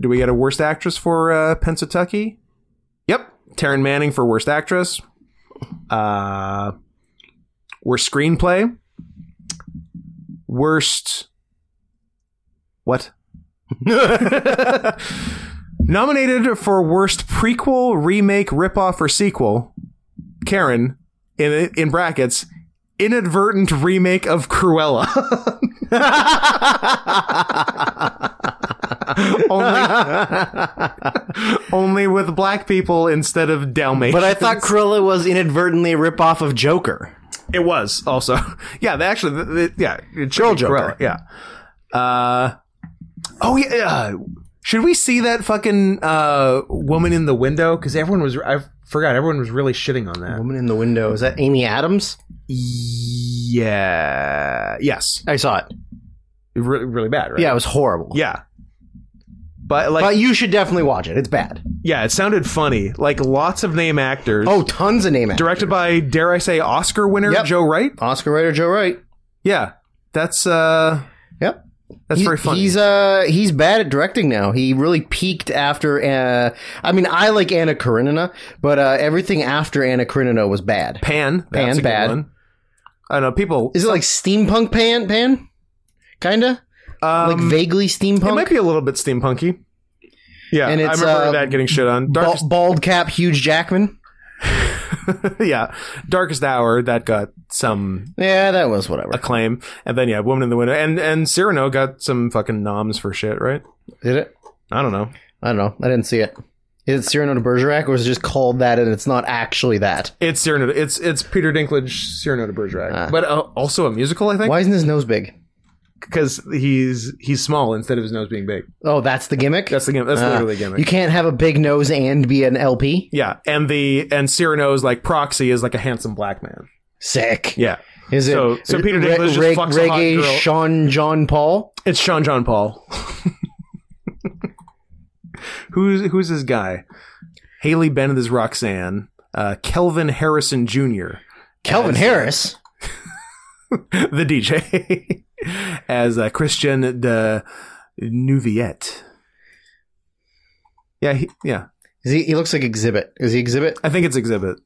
Do we get a worst actress for uh, Pensatucky? Yep, Taryn Manning for worst actress. Uh, worst screenplay worst what nominated for worst prequel remake ripoff or sequel karen in in brackets inadvertent remake of cruella only, only with black people instead of dalmatians
But I thought Cruella was inadvertently a ripoff of Joker.
it was also, yeah. They actually, th th- yeah, it should
Girl
be
Joker.
Cruella, yeah. Uh, oh yeah. yeah. Should we see that fucking uh, woman in the window? Because everyone was, I forgot, everyone was really shitting on that.
Woman in the window. Is that Amy Adams?
Yeah. Yes.
I saw it.
Really, really bad, right?
Yeah, it was horrible.
Yeah. But like,
But you should definitely watch it. It's bad.
yeah, it sounded funny. Like lots of name actors.
Oh, tons of name actors.
Directed by, dare I say, Oscar winner
Yep.
Joe Wright?
Oscar writer Joe Wright.
Yeah, that's uh,
Yep.
that's
He-
very funny.
He's uh he's bad at directing now. He really peaked after uh I mean I like Anna Karenina, but uh everything after Anna Karenina was bad.
Pan.
Pan,
That's a good
bad.
one. I don't know. People.
Is it like steampunk pan pan? Kinda?
Um,
Like vaguely steampunk.
It might be a little bit steampunky. Yeah,
And
I
it's,
remember
uh,
that getting shit on.
Ba-
Darkest,
bald cap huge Jackman.
yeah, Darkest Hour that got some
Yeah, that was whatever.
acclaim, and then yeah, Woman in the Window, and and Cyrano got some fucking noms for shit, right?
Did it?
I don't know.
I don't know. I didn't see it. Is it Cyrano de Bergerac or is it just called that and it's not actually that?
It's Cyrano. It's it's Peter Dinklage, Cyrano de Bergerac, but uh, also a musical, I think,
Ah. Why isn't his nose big?
because he's he's small instead of his nose being big.
Oh, that's the gimmick?
That's the gimmick. That's literally the gimmick.
Ah. You can't have a big nose and be an LP?
yeah, and the and Cyrano's like proxy is like a handsome black man.
Sick.
Yeah,
Is it
So- so Peter Dinklage just fucks a hot
reggae
girl.
Sean John Paul?
It's Sean John Paul. who's who's this guy? Haley Bennett is Roxanne. Uh, Kelvin Harrison Jr.
Kelvin Harris.
the DJ as uh, Christian de Nouviette. Yeah, he, yeah.
Is he, he looks like Exhibit. Is he Exhibit?
I think it's Exhibit.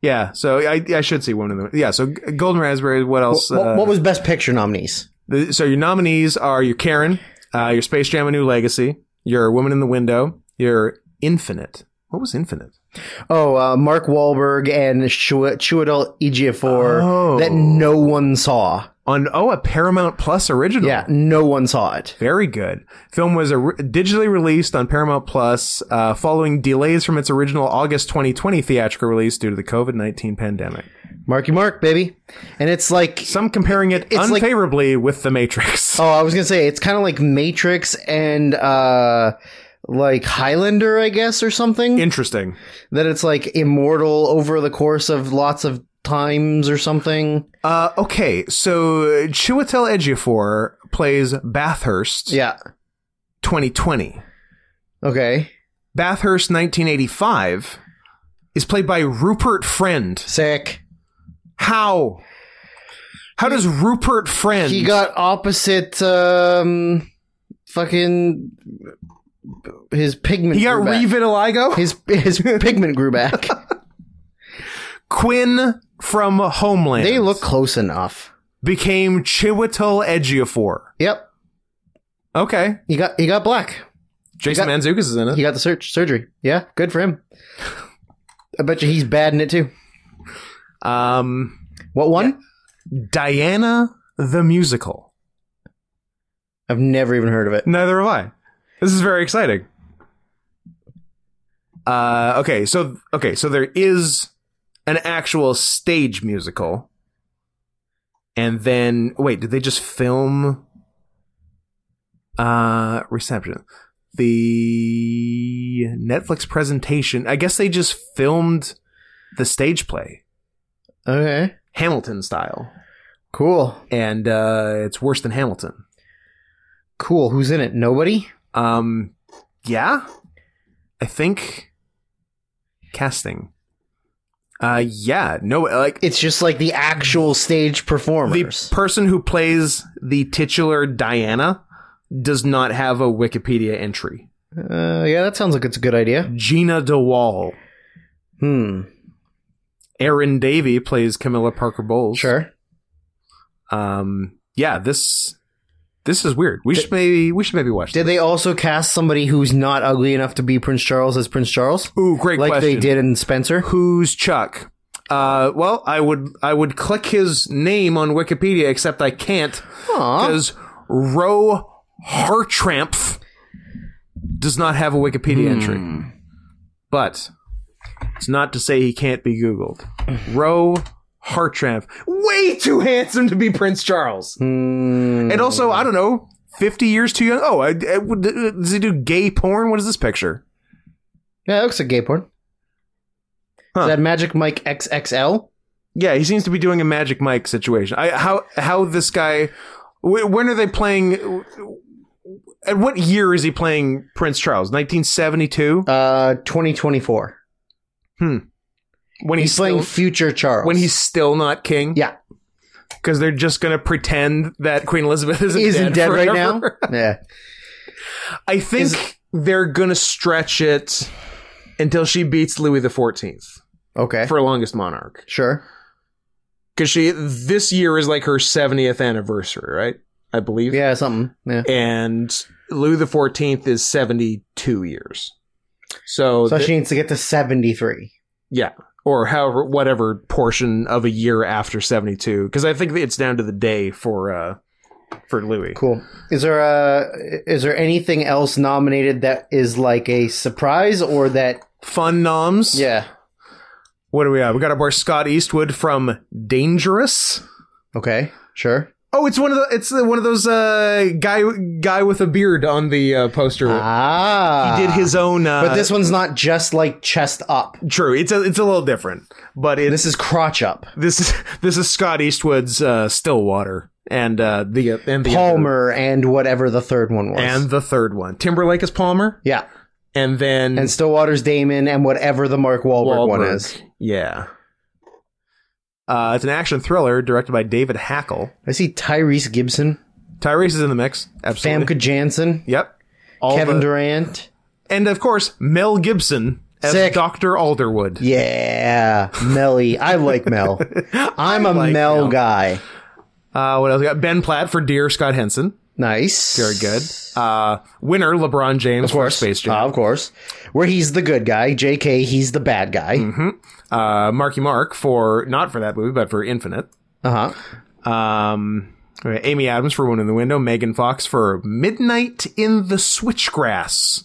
Yeah, so I I should see one of them. Yeah, so G- Golden Raspberry. What else?
what,
uh,
what was Best Picture nominees?
The- so your nominees are your Karen, uh, your Space Jam: A New Legacy, your Woman in the Window, your Infinite. What was Infinite?
Oh, uh, Mark Wahlberg and Chua- Chiwetel Ejiofor
Oh.
that no one saw.
On oh, a Paramount Plus original.
Yeah, no one saw it.
Very good. Film was or- digitally released on Paramount Plus uh, following delays from its original August 2020 theatrical release due to the COVID 19 pandemic.
Marky Mark, baby. And it's like
Some comparing it
It's like-
unfavorably with The Matrix.
Oh, I was gonna say it's kind of like Matrix and uh like Highlander, I guess, or something.
Interesting.
that it's like immortal over the course of lots of times or something.
Uh, okay, so Chiwetel Ejiofor plays Bathurst
Yeah.
2020.
Okay.
Bathurst 1985 is played by Rupert Friend.
Sick.
How? How does Rupert Friend?
He got opposite um fucking his pigment
he got
grew back.
Revitaligo.
his his pigment grew back.
Quinn from Homeland.
they look close enough.
became Chiwetel Ejiofor.
Yep.
Okay,
He got he got black.
Jason
got-
Mantzoukas is in it.
He got the search surgery. Yeah, good for him. I bet you he's bad in it too.
um,
What one?
Diana the musical.
I've never even heard of it.
Neither have I. This is very exciting. Uh, okay, so okay, so there is an actual stage musical, and then wait, did they just film? Uh, reception. The Netflix presentation. I guess they just filmed the stage play,
Okay.
Hamilton style,
Cool.
and uh, it's worse than Hamilton.
Cool. Who's in it? Nobody?
Um, yeah, I think casting. Uh, yeah, no, like
It's just like the actual stage
the
performers.
person who plays the titular Diana does not have a Wikipedia entry.
uh, yeah, that sounds like it's a good idea.
Gina DeWall,
Hmm.
Aaron Davey plays Camilla Parker Bowles.
Sure.
Um, yeah, this this is weird. We should maybe we should maybe watch.
Did they also cast somebody who's not ugly enough to be Prince Charles as Prince Charles?
Ooh, great
like
question.
they did in Spencer?
Who's Chuck? Uh, well, I would I would click his name on Wikipedia, except I can't
Aw.
because Roe Hartrampf does not have a Wikipedia entry. But it's not to say he can't be Googled. Roe Hartramp, way too handsome to be Prince Charles.
Hmm.
And also, I don't know, 50 years too young. Oh, I, I, would- does he do gay porn? What is this picture?
Yeah, it looks like gay porn.
Huh.
Is that Magic Mike XXL?
Yeah, he seems to be doing a Magic Mike situation. I how how this guy? wh- When are they playing? At what year is he playing Prince Charles? Nineteen seventy two.
Uh, 2024.
When
He's,
he's,
playing
still,
future Charles.
when he's still not king.
Yeah.
because they're just gonna pretend that Queen Elizabeth isn't,
He isn't
dead,
dead, right now?
forever.
yeah.
I think they're gonna stretch it until she beats Louis the Fourteenth
Okay.
for longest monarch.
sure.
Because she this year is like her seventieth anniversary, right? I believe.
Yeah, something. Yeah.
and Louis the Fourteenth is seventy-two years. So,
So
th-
she needs to get to 73.
yeah, or however, whatever portion of a year after seventy-two, because I think it's down to the day for uh for Louis.
Cool. Is there a is there anything else nominated that is like a surprise or that
Fun noms.
yeah.
What do we have? We got our boy Scott Eastwood from Dangerous.
Okay. Sure.
Oh, it's one of the it's one of those uh guy guy with a beard on the uh, poster.
Ah.
Did his own. Uh,
But this one's not just like chest up.
true. It's a it's a little different, but it's
This is crotch up.
this is this is Scott Eastwood's uh, Stillwater and uh, the and the
Palmer and whatever the third one was.
and the third one. Timberlake is Palmer,
yeah.
and then
And Stillwater's Damon and whatever the Mark Wahlberg, one
Wahlberg.
is.
yeah. Uh, it's an action thriller directed by David Hackle.
I see Tyrese Gibson,
Tyrese is in the mix. Absolutely.
Famke Janssen,
yep. All
Kevin
the-
Durant.
and of course Mel Gibson as
Sick.
Doctor Alderwood.
Yeah, Melly. I like Mel. I'm a
like
Mel,
Mel.
guy.
Uh, what else? We got Ben Platt for Dear Scott Henson.
Nice.
Very good. Uh, winner LeBron James of
course.
Space Jam.
Uh, of course. Where he's the good guy. JK, he's the bad guy.
Uh, Marky Mark for not for that movie, but for Infinite.
Uh huh.
Um, all right, Amy Adams for One in the Window, Megan Fox for Midnight in the Switchgrass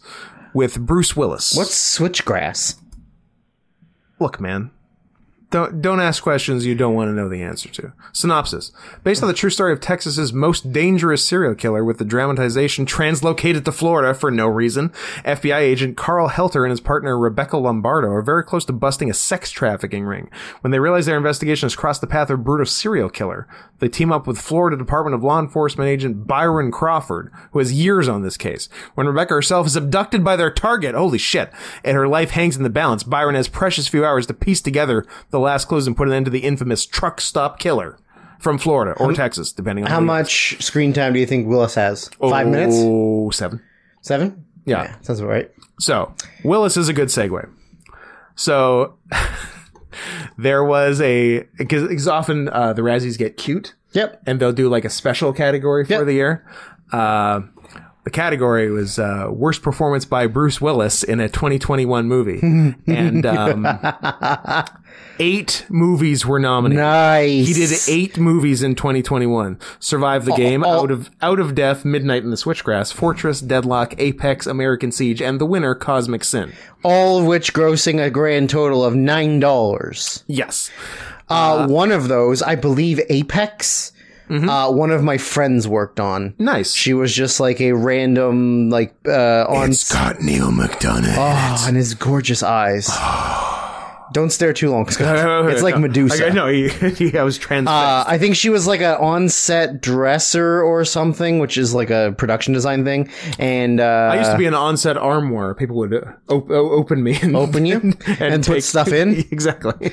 with Bruce Willis.
What's switchgrass?
look, man? Don't don't ask questions you don't want to know the answer to. Synopsis: Based on the true story of Texas's most dangerous serial killer, with the dramatization translocated to Florida for no reason, FBI agent Carl Helter and his partner Rebecca Lombardo are very close to busting a sex trafficking ring. When they realize their investigation has crossed the path of a brutal serial killer, they team up with Florida Department of Law Enforcement agent Byron Crawford, who has years on this case. When Rebecca herself is abducted by their target, holy shit, and her life hangs in the balance, Byron has precious few hours to piece together the last clues and put an end to the infamous truck stop killer from Florida or Texas, depending on
How
who-
much screen time do you think Willis has? Five minutes?
Oh, seven.
Seven?
Yeah.
Sounds about right.
So Willis is a good segue. So there was a because often uh, the Razzies get cute
Yep.
and they'll do like a special category for the year. Uh, the category was uh, worst performance by Bruce Willis in a 2021 movie, and um, eight movies were nominated.
Nice. Oh,
He did eight movies in 2021. Survive the Game, Out of Out of Death, Midnight in the Switchgrass, Fortress, Deadlock, Apex, American Siege, and the winner, Cosmic Sin.
All of which grossing a grand total of nine dollars.
Yes.
Uh, one of those, I believe, Apex. Uh, one of my friends worked on.
Mm-hmm. Nice.
She was just like a random, like uh, on
Scott Neil McDonough.
Oh, and his gorgeous eyes. Don't stare too long, Scott. It's like Medusa.
I know. He, he, I was trans.
Uh, I think she was like an on-set dresser or something, which is like a production design thing. And uh,
I used to be an onset arm war. People would uh, op- o- open me and
Open you? And put stuff in?
exactly.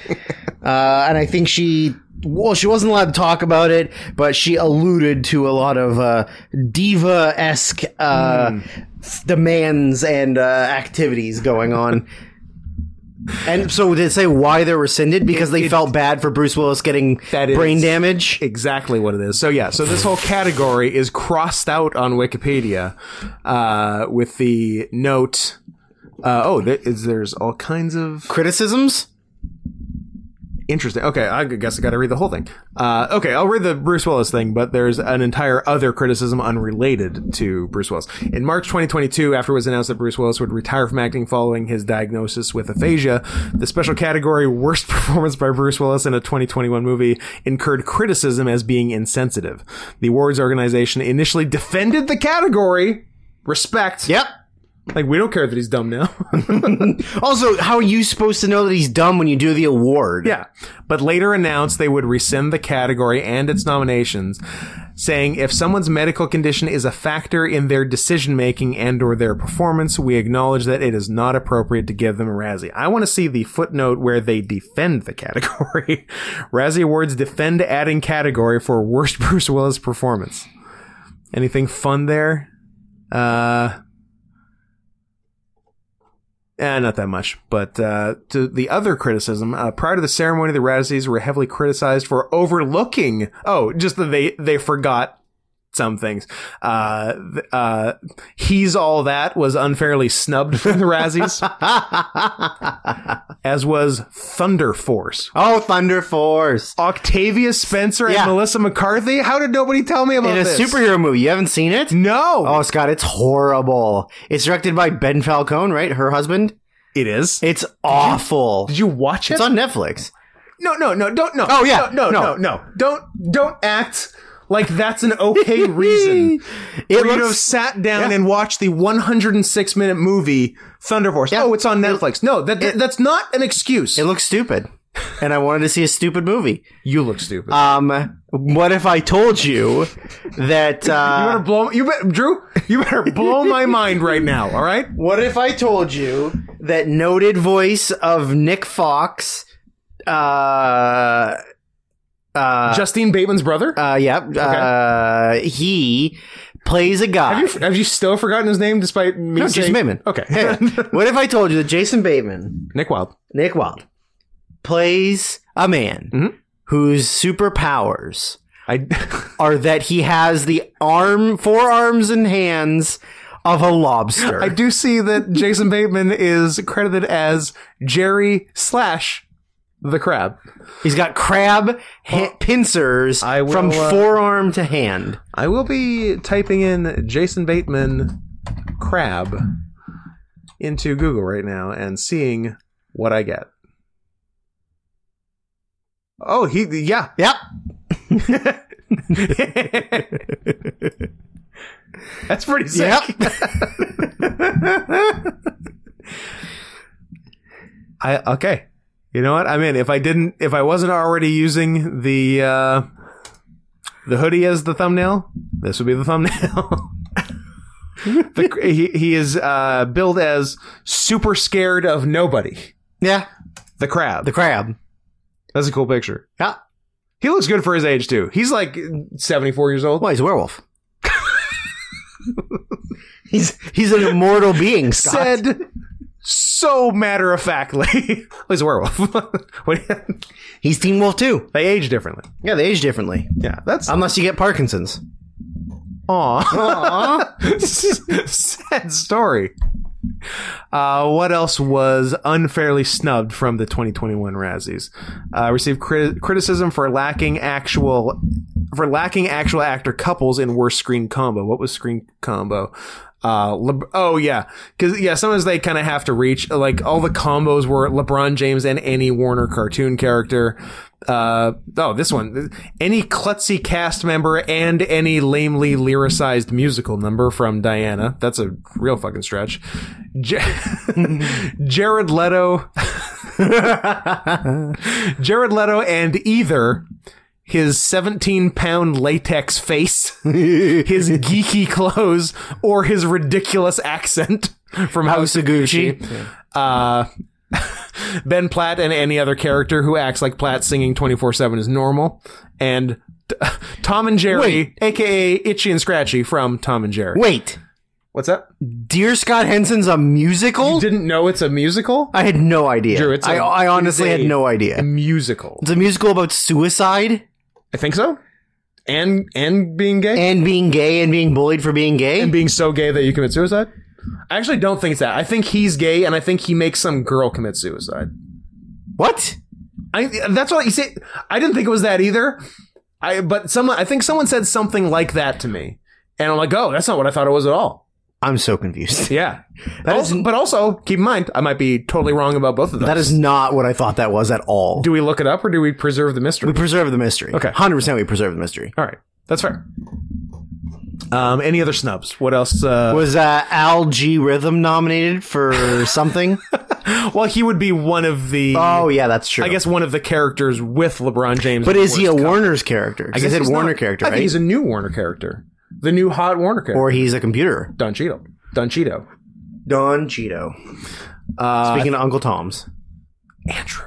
uh, and I think she well, she wasn't allowed to talk about it, but she alluded to a lot of uh, diva esque uh,
Hmm.
demands and uh, activities going on. and so, did it say why they're rescinded? Because they felt bad for Bruce Willis getting
That is-
brain damage.
exactly what it is. So yeah, so this whole category is crossed out on Wikipedia uh, with the note. Uh, oh, there is, there's all kinds of
Criticisms.
interesting. Okay, I guess I got to read the whole thing. Uh, okay, I'll read the Bruce Willis thing, but there's an entire other criticism unrelated to Bruce Willis. In March 2022, after it was announced that Bruce Willis would retire from acting following his diagnosis with aphasia, the special category "Worst Performance by Bruce Willis in a 2021 Movie" incurred criticism as being insensitive. The awards organization initially defended the category. Respect.
Yep.
Like we don't care that he's dumb now.
Also, how are you supposed to know that he's dumb when you do the award?
Yeah. But later announced they would rescind the category and its nominations, saying if someone's medical condition is a factor in their decision making and or their performance, we acknowledge that it is not appropriate to give them a Razzie. I want to see the footnote where they defend the category. Razzie Awards defend adding category for worst Bruce Willis performance. Anything fun there? Uh Eh, not that much. But uh, to the other criticism, uh, prior to the ceremony, the Razzies were heavily criticized for overlooking. Oh, just that they they forgot some things. Uh, th- uh, he's all that was unfairly snubbed from the Razzies, as was Thunder Force.
Oh, Thunder Force!
Octavia Spencer and
Yeah.
Melissa McCarthy. How did nobody tell me about
In a
this?
superhero movie, you haven't seen it?
no,
Oh, Scott, it's horrible. It's directed by Ben Falcone, right? Her husband.
it is.
It's awful.
Did you watch it?
It's on Netflix.
No, no, no, don't no.
Oh, yeah.
no, no, no,
No.
no. Don't don't act like that's an okay reason
It
for you to have
looks
sat down
yeah.
and watched the 106 minute movie Thunder Force. Oh, it's on Netflix. no, that, that- that's not an excuse.
it looks stupid, and I wanted to see a stupid movie.
you look stupid.
Um, what if I told you that?
you
Uh,
better blow. You bet, Drew. You better blow my mind right now. All right.
what if I told you that noted voice of Nick Fox? Uh, uh,
Justine Bateman's brother.
uh, yep. Uh, he plays a guy.
have you have you still forgotten his name despite me
no,
saying
Jason Bateman.
Okay.
Hey, what if I told you that Jason Bateman
Nick Wilde.
Nick Wilde plays a man
Mm-hmm.
whose superpowers
I
are that he has the arm, forearms, and hands of a lobster.
I do see that Jason Bateman is credited as Jerry slash the crab.
He's got crab ha- pincers
I will,
from
uh,
forearm to hand.
I will be typing in Jason Bateman crab into Google right now and seeing what I get. Oh, he yeah.
Yep.
That's pretty sick. I okay. You know what? I mean, if I didn't, if I wasn't already using the uh, the hoodie as the thumbnail, this would be the thumbnail. the, cr- he, he is uh, billed as super scared of nobody.
Yeah.
The crab.
The crab.
That's a cool picture.
Yeah.
He looks good for his age too. He's like seventy four years old.
Well, he's a werewolf. he's he's an immortal being, Scott.
Said so matter of factly. well, he's a werewolf. What do you-
He's Teen Wolf too.
they age differently.
Yeah, they age differently.
Yeah, that's
Unless you get Parkinson's.
Aw. Sad story. Uh, what else was unfairly snubbed from the 2021 Razzies? Uh, received crit- criticism for lacking actual for lacking actual actor couples in worst screen combo. What was screen combo? Uh, Le- oh yeah, because yeah, sometimes they kind of have to reach. Like all the combos were LeBron James and Annie Warner cartoon character. Uh, oh, this one, any klutzy cast member and any lamely lyricized musical number from Diana. That's a real fucking stretch. J- Jared Leto, Jared Leto, and either his 17 pound latex face, his geeky clothes, or his ridiculous accent from House of Gucci. Uh, ben Platt and any other character who acts like Platt singing 24 7 is normal. And t- Tom and Jerry,
Wait.
aka Itchy and Scratchy from Tom and Jerry.
Wait,
What's up?
Dear Scott Henson's a musical?
Didn't know it's a musical?
I had no idea.
Drew, it's a-
I I honestly
it's a-
had no idea.
musical.
It's a musical about suicide
I think so. And and being gay?
and being gay and being bullied for being gay.
and being so gay that you commit suicide? I actually don't think it's that. I think he's gay, and I think he makes some girl commit suicide.
what?
I that's what you say. I didn't think it was that either. I but someone I think someone said something like that to me, and I'm like, oh, that's not what I thought it was at all.
I'm so confused.
Yeah,
That is-
Also- but also keep in mind, I might be totally wrong about both of them.
That is not what I thought that was at all.
do we look it up or do we preserve the mystery?
we preserve the mystery.
Okay.
100% we preserve the mystery.
all right, that's fair. Um, any other snubs? What else? Uh,
Was uh, Al G Rhythm nominated for something?
well, Uh, he would be one of the.
oh, yeah, that's true.
I guess one of the characters with LeBron James.
But
in
is he a
Worst Cup.
Warner's character? 'Cause
I guess
they said
he's
Warner
not-
character,
I think
right?
he's a new Warner character, the new hot Warner character,
or he's a computer.
Don Cheeto. Don Cheeto.
Don Cheeto.
Uh,
Speaking of Uncle Tom's.
Andrew,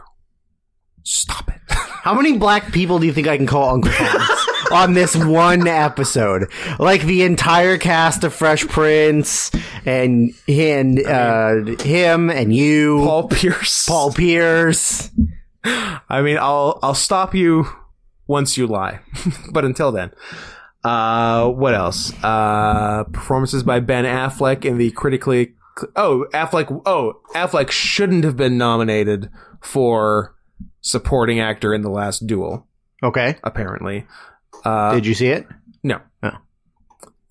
stop it.
How many black people do you think I can call Uncle Tom's on this one episode? Like the entire cast of Fresh Prince and and uh, him and you, Paul,
Paul Pierce.
Pierce.
I mean, I'll I'll stop you once you lie, but until then. Uh, what else? Uh, performances by Ben Affleck in the critically. Oh, Affleck. Oh, Affleck shouldn't have been nominated for supporting actor in the last duel.
Okay,
Apparently,
did you see it?
no.
I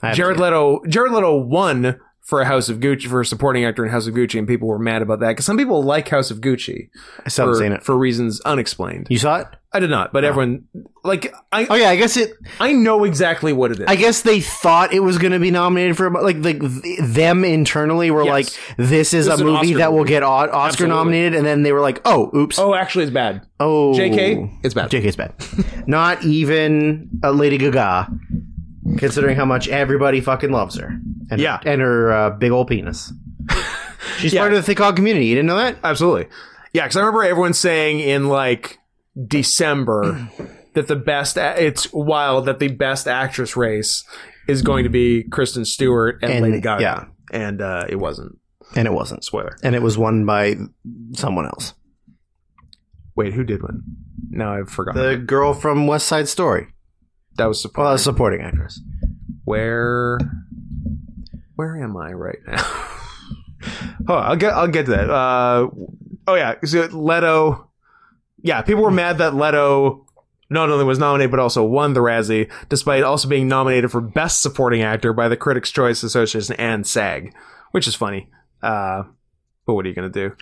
haven't
Jared
seen it.
Leto. Jared Leto won for a House of Gucci for a supporting actor in House of Gucci, and people were mad about that because some people like House of Gucci
I still haven't
for,
seen it.
for reasons unexplained.
You saw it?
I did not, but everyone like I
Oh yeah, I guess it.
I know exactly what it is.
I guess they thought it was going to be nominated for like like th- them internally were
Yes.
like, this
This
is
is
a
an
movie
Oscar
that will
movie.
get o- Oscar
Absolutely.
nominated, and then they were like, oh, oops,
oh, actually, it's bad.
Oh,
JK, it's bad.
JK's bad. Not even a Lady Gaga, considering how much everybody fucking loves her. And
Yeah.
her, and her uh, big old penis. She's part of the thick hog community. You didn't know that?
Absolutely, yeah. Because I remember everyone saying in like December that the best. a- It's wild that the best actress race is going to be Kristen Stewart and,
And-
Lady Gaga.
yeah.
and uh, it wasn't.
And it wasn't.
Spoiler.
And it was won by someone else.
Wait, who did win? No, I've forgotten.
The girl from West Side Story.
that was
Well,
supporting.
a supporting actress.
where where am I right now? oh, I'll get I'll get to that. Uh, oh yeah, so Leto. Yeah, people were mad that Leto not only was nominated but also won the Razzie, despite also being nominated for Best Supporting Actor by the Critics' Choice Association and SAG, which is funny. Uh, But what are you gonna do?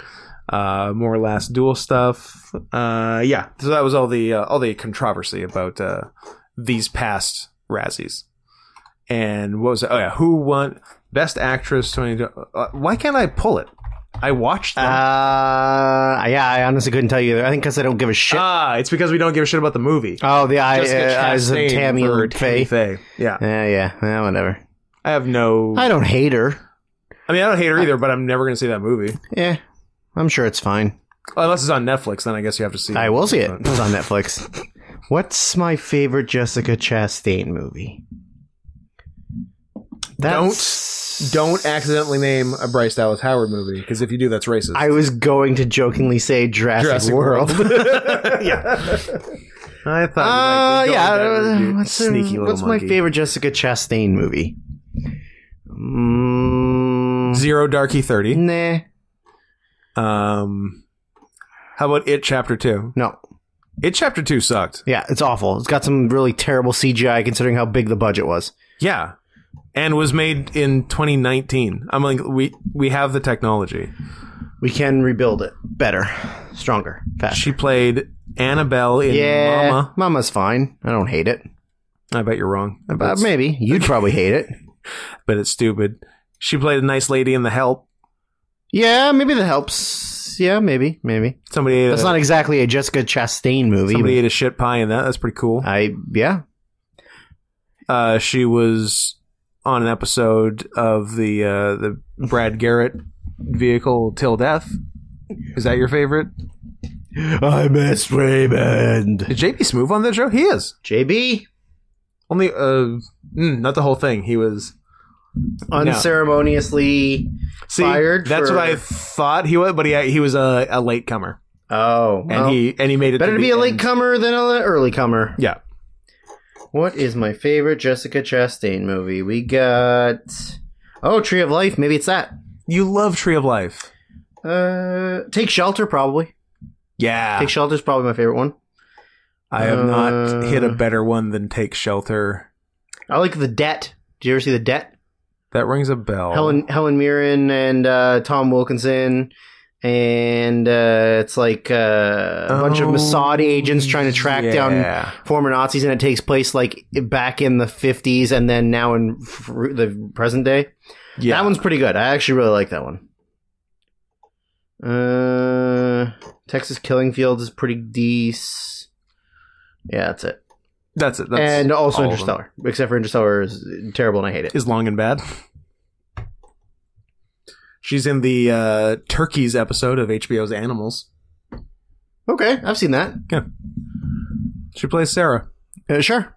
Uh, more last duel stuff. Uh, yeah. So that was all the uh, all the controversy about uh, these past Razzies. And what was it? Oh yeah, who won Best Actress? Twenty. Uh, why can't I pull it? I watched them.
Uh, yeah, I honestly couldn't tell you either. I think because I don't give a shit.
ah, it's because we don't give a shit about the movie.
oh, the eye,
Jessica
uh, eyes of
Chastain
Tammy
for Tammy
Faye.
Faye. Yeah,
Yeah, yeah, yeah, whatever.
I have no.
I don't hate her.
I mean, I don't hate her either, but I'm never going to see that movie
Yeah, I'm sure it's fine.
unless it's on Netflix. Then I guess you have to see.
I will see it.
But-
It's on Netflix. What's my favorite Jessica Chastain movie?
Don't accidentally name a Bryce Dallas Howard movie because if you do, that's racist.
I was going to jokingly say Jurassic,
Jurassic
World.
I
Uh,
thought. you
yeah.
liked going down,
uh,
you
What's,
sneaky little
what's my
monkey.
favorite Jessica Chastain movie? Mm,
Zero Darky Thirty.
nah,
Um, how about It Chapter Two?
no.
It Chapter Two sucked.
Yeah, it's awful. It's got some really terrible CGI considering how big the budget was.
Yeah, and was made in 2019. I'm like, we we have the technology.
We can rebuild it better, stronger, faster.
She played Annabelle in
yeah,
Mama.
Mama's fine. I don't hate it.
I bet you're wrong. I bet
But
it's-
maybe you'd probably hate it.
but it's stupid. She played a nice lady in The Help.
Yeah, maybe that helps. Yeah, maybe, maybe.
Somebody ate
That's
a,
not exactly a Jessica Chastain movie.
somebody
but
ate a shit pie in that. That's pretty cool.
I yeah.
Uh, she was on an episode of the uh, the Brad Garrett vehicle Till Death. Is that your favorite?
I miss Raymond.
Is JP Smoove on that show? He is.
JB
Only uh, mm, not the whole thing. He was
unceremoniously.
see,
Fired
That's
for-
what I thought he was, but he he was a, a late comer,
Oh,
and
well,
he and he made it
better to
the
be a
end.
late comer than an early comer.
Yeah,
What is my favorite Jessica Chastain movie? We got oh Tree of Life. Maybe it's that.
you love Tree of Life.
Uh, Take Shelter probably.
Yeah,
Take Shelter's probably my favorite one.
I have not
Uh,
hit a better one than Take Shelter.
I like The Debt. Did you ever see The Debt?
That rings a bell.
Helen Helen Mirren and uh, Tom Wilkinson, and uh, it's like uh, a bunch of
Oh,
Mossad agents trying to track down
yeah.
former Nazis, and it takes place like back in the fifties, and then now in fr- the present day.
Yeah.
That one's pretty good. I actually really like that one. Uh, Texas Killing Fields is pretty decent. Yeah, that's it.
That's it. That's
and also
all of them.
Interstellar, except for Interstellar is terrible and I hate it.
is long and bad. She's in the uh, turkeys episode of HBO's Animals.
Okay, I've seen that.
She plays Sarah.
Uh, sure.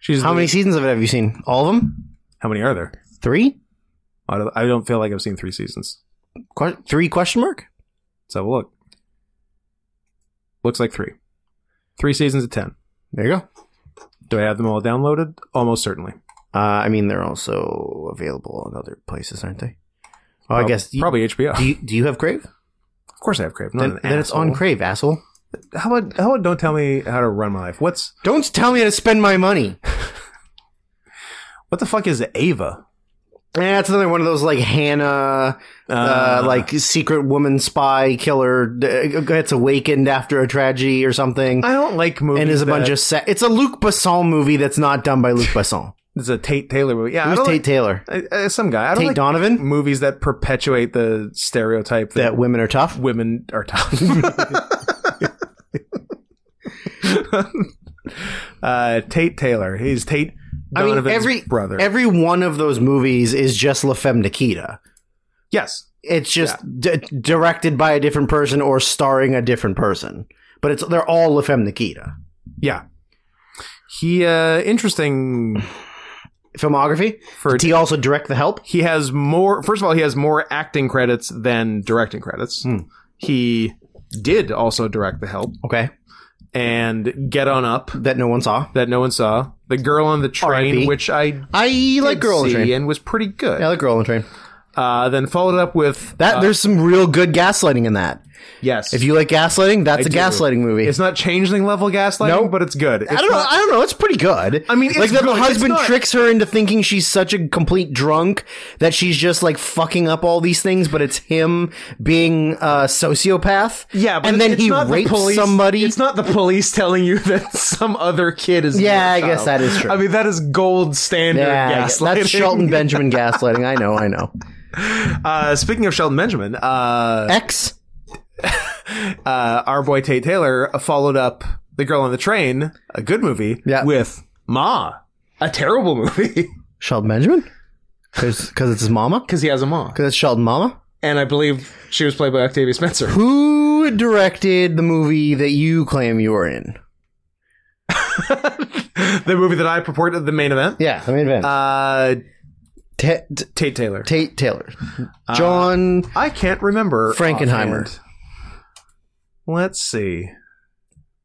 She's
How
the-
many seasons of it have you seen? All of them?
How many are there?
Three?
I don't- I don't feel like I've seen three seasons.
Que- three question mark?
Let's have a look. Looks like three. Three seasons of ten.
There you go.
Do I have them all downloaded? Almost certainly.
Uh, I mean, they're also available on other places, aren't they? Oh, I
Prob-
guess. Do you,
probably HBO.
Do you, do you have Crave?
of course, I have Crave. I'm not
Then,
an
then it's on
asshole.
Crave, asshole.
How about how about don't tell me how to run my life? What's
Don't tell me how to spend my money. Eh,
what the fuck is Ava?
Yeah, it's another one of those like Hannah, uh, like secret woman spy killer uh, gets awakened after a tragedy or something,
I don't like movies.
and is a bunch
that-
of sa- it's a Luc Besson movie that's not done by Luc Besson.
it's a Tate Taylor movie. Yeah, I
Who's
don't
Tate
like-
Taylor?
I- I- some guy. I don't
Tate
like
Donovan.
movies that perpetuate the stereotype that,
That women are tough.
women are tough. uh, Tate Taylor. He's Tate Donovan's brother.
Every one of those movies is just La Femme Nikita.
yes.
It's just d- directed by a different person or starring a different person. But it's they're all La Femme Nikita.
Yeah. He uh interesting
Filmography.
for
Did he also direct The Help?
he has more first of all he has more acting credits than directing credits.
Hmm.
He did also direct The Help
Okay,
and Get On Up
that no one saw.
that no one saw. The Girl on the Train
R.I.P..
which I
I
did
like Girl on the
see
Train.
and was pretty good.
I like Girl on the Train.
Uh, then followed up with
That there's some real good gaslighting in that.
Yes.
If you like gaslighting, that's
I
a
do.
gaslighting movie.
It's not changeling level gaslighting,
Nope.
but it's good. It's
I don't know. I don't know. It's pretty good.
I mean, it's
like that
good.
the
It's
husband
not-
tricks her into thinking she's such a complete drunk that she's just like fucking up all these things, but it's him being a sociopath.
Yeah, but
and then
it's
he
not the
rapes
police-
somebody.
It's not the police telling you that some other kid is.
Yeah,
your
I guess
child.
that is true.
I mean, that is gold standard
yeah,
gaslighting.
that's Shelton Benjamin gaslighting. I know. I know.
Uh, speaking of Shelton Benjamin, uh,
X.
uh, our boy Tate Taylor followed up "The Girl on the Train," a good movie,
Yeah.
with Ma, a terrible movie
Shelton Benjamin. Because it's his mama.
because he has a ma,
Because it's Shelton mama.
and I believe she was played by Octavia Spencer.
Who directed the movie that you claim you were in?
the movie that I purported the main event.
Yeah, I mean, Van.
Uh,
Ta- T-
Tate Taylor.
Tate Taylor,
Uh,
John.
I can't remember.
Frankenheimer.
offhand. Let's see.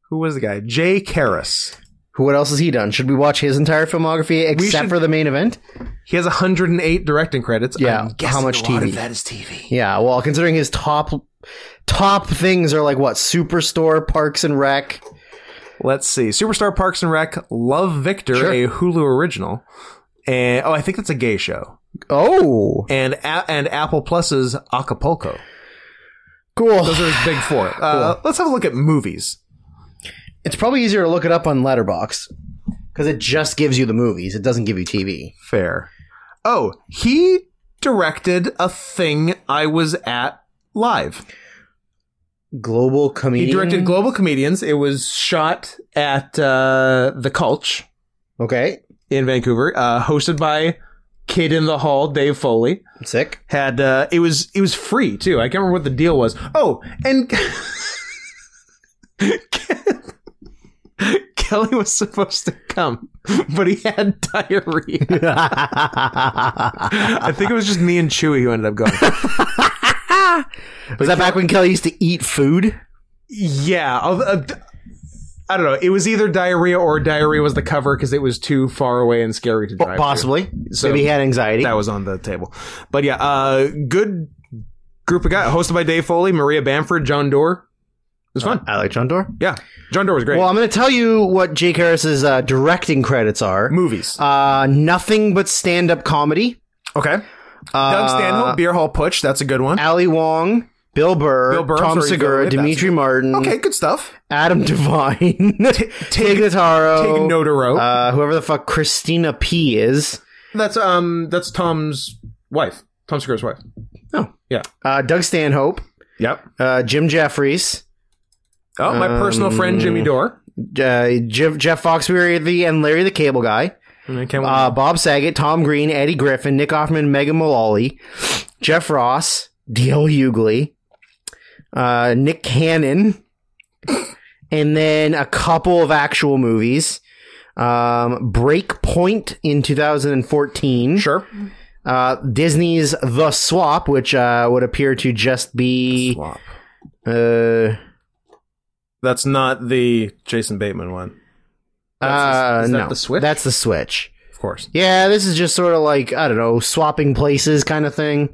Who was the guy? Jay Karras.
Who? What else has he done? Should we watch his entire filmography except
should-
for the main event?
He has 108 directing credits.
Yeah,
I'm
how
guessing
much
a lot
TV?
of that is TV.
Yeah. Well, considering his top top things are like what Superstore, Parks and Rec.
Let's see. Superstar Parks and Rec, Love Victor,
Sure.
a Hulu original. And oh, I think that's a gay show.
Oh,
And a- and Apple Plus's Acapulco.
cool.
Those are his big four. Uh, Let's have a look at movies.
It's probably easier to look it up on Letterbox because it just gives you the movies. It doesn't give you TV.
Fair. Oh, he directed a thing I was at live.
Global comedian.
He directed Global Comedians. It was shot at uh, the Culch
Okay,
in Vancouver, uh, hosted by Kid in the Hall, Dave Foley.
sick.
Had uh, it was it was free too. I can't remember what the deal was. Oh, and Kelly was supposed to come, but he had diarrhea. I think it was just me and Chewy who ended up going.
Was that back when Kelly used to eat food?
Yeah, I'll- uh, d- I don't know. It was either diarrhea or diarrhea was the cover because it was too far away and scary to drive.
Possibly.
So-
Maybe he had anxiety.
that was on the table. But yeah, uh, good group of guys hosted by Dave Foley, Maria Bamford, John Doerr. It was fun.
I like John Doerr.
yeah, John Doerr was great.
Uh, Well, I'm going to tell you what Jake Harris's uh, directing credits are.
Movies.
Uh, nothing but stand-up comedy. Uh,
okay. Doug Stanhope, Beer Hall Putsch. That's a good one.
Ali Wong, Bill Burr,
Bill Burr,
Tom
sorry, Bill Burr,
Segura,
that's
Dimitri
it.
Martin,
Okay, good stuff.
Adam Devine, Tig
Take
Notaro,
Notaro.
uh, whoever the fuck Christina P is,
that's um, that's Tom's wife. Tom Segura's wife.
uh, Doug Stanhope,
Yep.
uh, Jim Jeffries,
Oh, my personal friend Jimmy Dore.
uh, Jeff, Jeff Foxworthy, and Larry the Cable Guy. Uh, Bob Saget, Tom Green, Eddie Griffin, Nick Offerman, Megan Mullally, Jeff Ross, D.L. Hughley, uh, Nick Cannon, and then a couple of actual movies. Um, Breakpoint in 2014.
sure.
Uh, Disney's The Swap, which uh, would appear to just be.
Swap.
Uh,
That's not the Jason Bateman one,
uh,
That's the- is that
no.
the Switch?
That's the Switch.
of course.
Yeah, this is just sort of like, I don't know, swapping places kind of thing.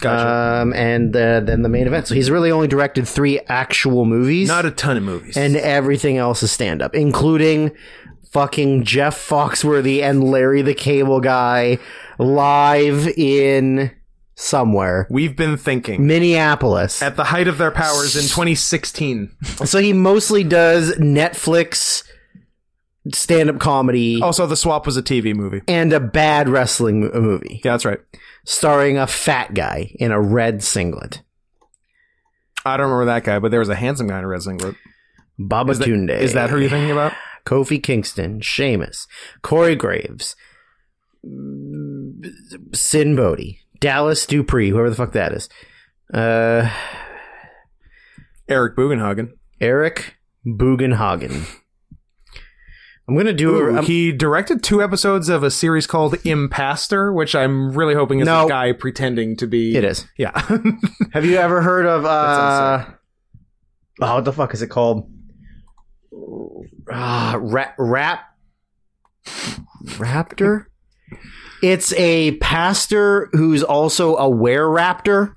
Gotcha.
Um, and uh, then the main event. So he's really only directed three actual movies,
Not a ton of movies.
and everything else is stand up, including fucking Jeff Foxworthy and Larry the Cable Guy live in somewhere
We've been thinking
Minneapolis.
at the height of their powers in 2016.
so he mostly does Netflix stand up comedy
Also, The Swap was a TV movie.
and a bad wrestling mo- movie
Yeah, that's right.
starring a fat guy in a red singlet.
I don't remember that guy, but there was a handsome guy in a red singlet.
Baba
Is that-
Tunde.
Is that who you're thinking about?
Kofi Kingston, Sheamus, Corey Graves, Sin Bodhi, Dallas Dupree, whoever the fuck that is, uh,
Eric Bugenhagen.
Eric Bugenhagen. I'm gonna do a I'm-
he directed two episodes of a series called Impaster, which I'm really hoping is
No.
a guy pretending to be.
It is.
Yeah.
Have you ever heard of uh? Oh, what the fuck is it called? Uh, rap, rap, raptor. It's a pastor who's also a were raptor.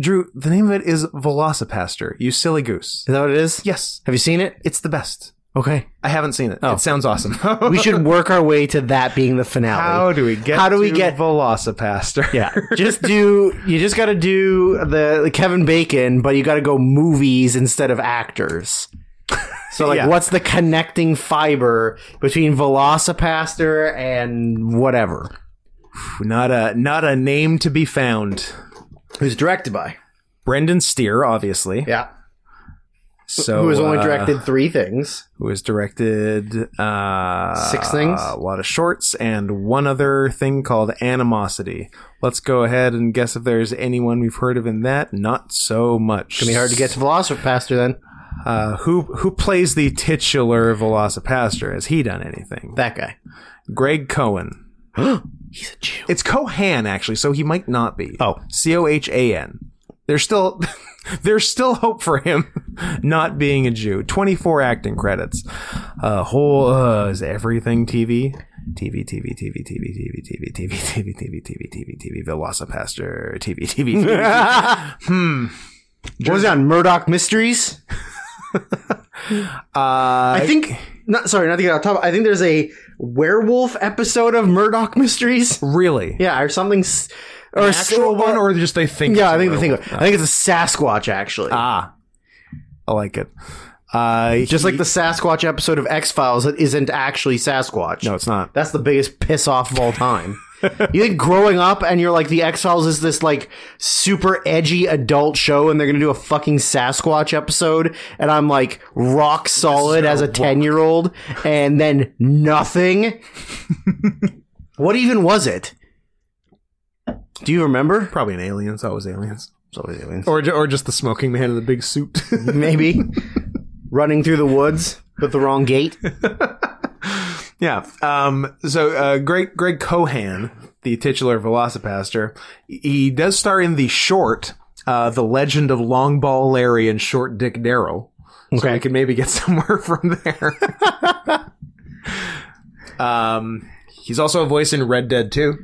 Drew, the name of it is Velocipaster. You silly goose.
Is that what it is?
Yes,
Have you seen it?
it's the best.
Okay.
I haven't seen it.
Oh.
It sounds awesome.
We should work our way to that being the finale.
How do we get?
How do we
to
get-
Velocipaster?
Yeah. Just do you just got to do the, the Kevin Bacon, but you got to go movies instead of actors. So like
Yeah.
what's the connecting fiber between Velocipaster and whatever?
not a not a name to be found.
Who's directed by?
Brendan Steer, obviously.
Yeah.
So
Who has only
uh,
directed 3 things?
who has directed uh,
Six things?
a lot of shorts, and one other thing called Animosity. Let's go ahead and guess if there's anyone we've heard of in that. Not so much.
Gonna be hard to get to Velocipaster then.
Uh, who who plays the titular Velocipaster? Has he done anything?
That guy.
Greg Cohen.
He's a Jew.
It's Cohan actually, so he might not be.
Oh.
C O H A N. There's still there's still hope for him not being a Jew. 24 acting credits. Uh whole uh, is everything TV. TV, TV, TV, TV, TV, TV, TV, TV, TV, TV, TV, TV, Velocipaster, TV, TV, TV.
What was that? Murdoch Mysteries?
Uh,
I think not sorry, not to get off top. I think there's a werewolf episode of Murdoch Mysteries.
Really?
Yeah, or something, s- or a
Actual one or just they think
Yeah,
it's
I think
a
the thing.
werewolf?
I think it's a Sasquatch actually,
Ah. I like it. Uh
just
he-
like the Sasquatch episode of X Files that isn't actually Sasquatch.
No, it's not.
that's the biggest piss off of all time. you think growing up and you're like the X Files is this like super edgy adult show, and they're gonna do a fucking Sasquatch episode, and I'm like rock solid as a ten year old, and then nothing. what even was it? Do you remember?
Probably an alien. It's always aliens.
It's always aliens.
Or, or just the smoking man in the big suit.
maybe running through the woods with the wrong gate.
yeah. Um, so, uh, Greg, Greg Cohan, the titular Velocipaster, he does star in the short, uh, The Legend of Long Ball Larry and Short Dick Daryl. So we can maybe get somewhere from there. um, he's also a voice in Red Dead 2.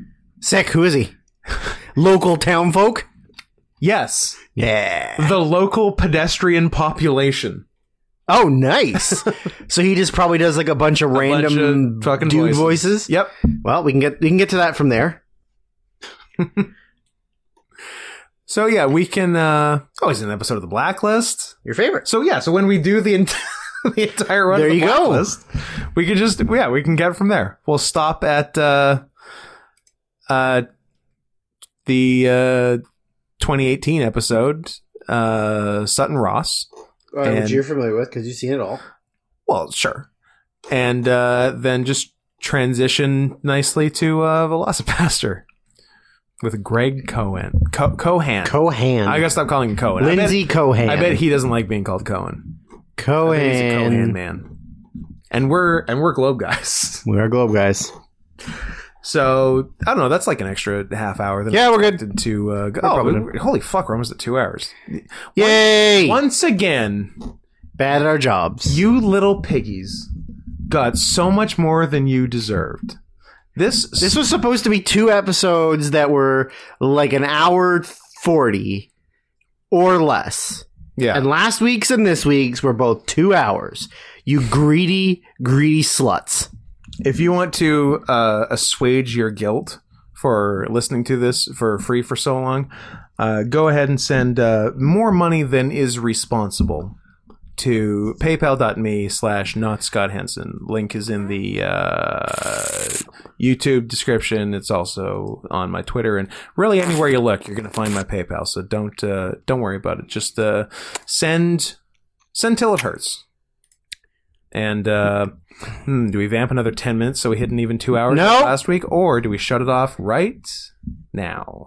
Sick. Who is he? Local town folk.
Yes.
Yeah.
The local pedestrian population.
Oh, nice. so he just probably does like a bunch of
bunch
random
of fucking
dude voices.
voices. Yep.
Well, we can get we can get to that from there.
So yeah, we can, uh, oh, he's in an episode of The Blacklist.
Your favorite.
So yeah, so when we do the ent- the entire run,
There
of the
you go.
Blacklist, We could just yeah, we can get it from there. We'll stop at uh, uh, the uh, 2018 episode, uh, Sutton Ross.
Uh, which
And-
you're familiar with because you've seen it all.
Well, sure, and uh, then just transition nicely to uh, Velocipaster with Greg Cohen. Co- Cohan.
Cohan.
I gotta stop calling him Cohen. I bet-
Lindsay Cohan.
I bet he doesn't like being called Cohen.
Cohan.
He's a Conan man. And we're and we're globe guys.
We are Globe guys.
So I don't know. That's like an extra half hour. Than
Yeah, we're good.
expected To uh, go. Oh,
problem.
we- we- holy fuck! We're almost at two hours.
Yay!
Once again,
Bad at our jobs.
you little piggies got so much more than you deserved. This
This was supposed to be two episodes that were like an hour 40 or less.
yeah.
And last week's and this week's were both two hours. You greedy, greedy sluts.
if you want to uh, assuage your guilt for listening to this for free for so long, uh, go ahead and send uh, more money than is responsible to paypal.me slash not Scott Henson. Link is in the uh, YouTube description. It's also on my Twitter and really anywhere you look, you're going to find my PayPal. So don't uh, don't worry about it. Just uh, send send till it hurts. And uh, hmm, do we vamp another ten minutes so we hit an even two hours like
No.
last week, or do we shut it off right now?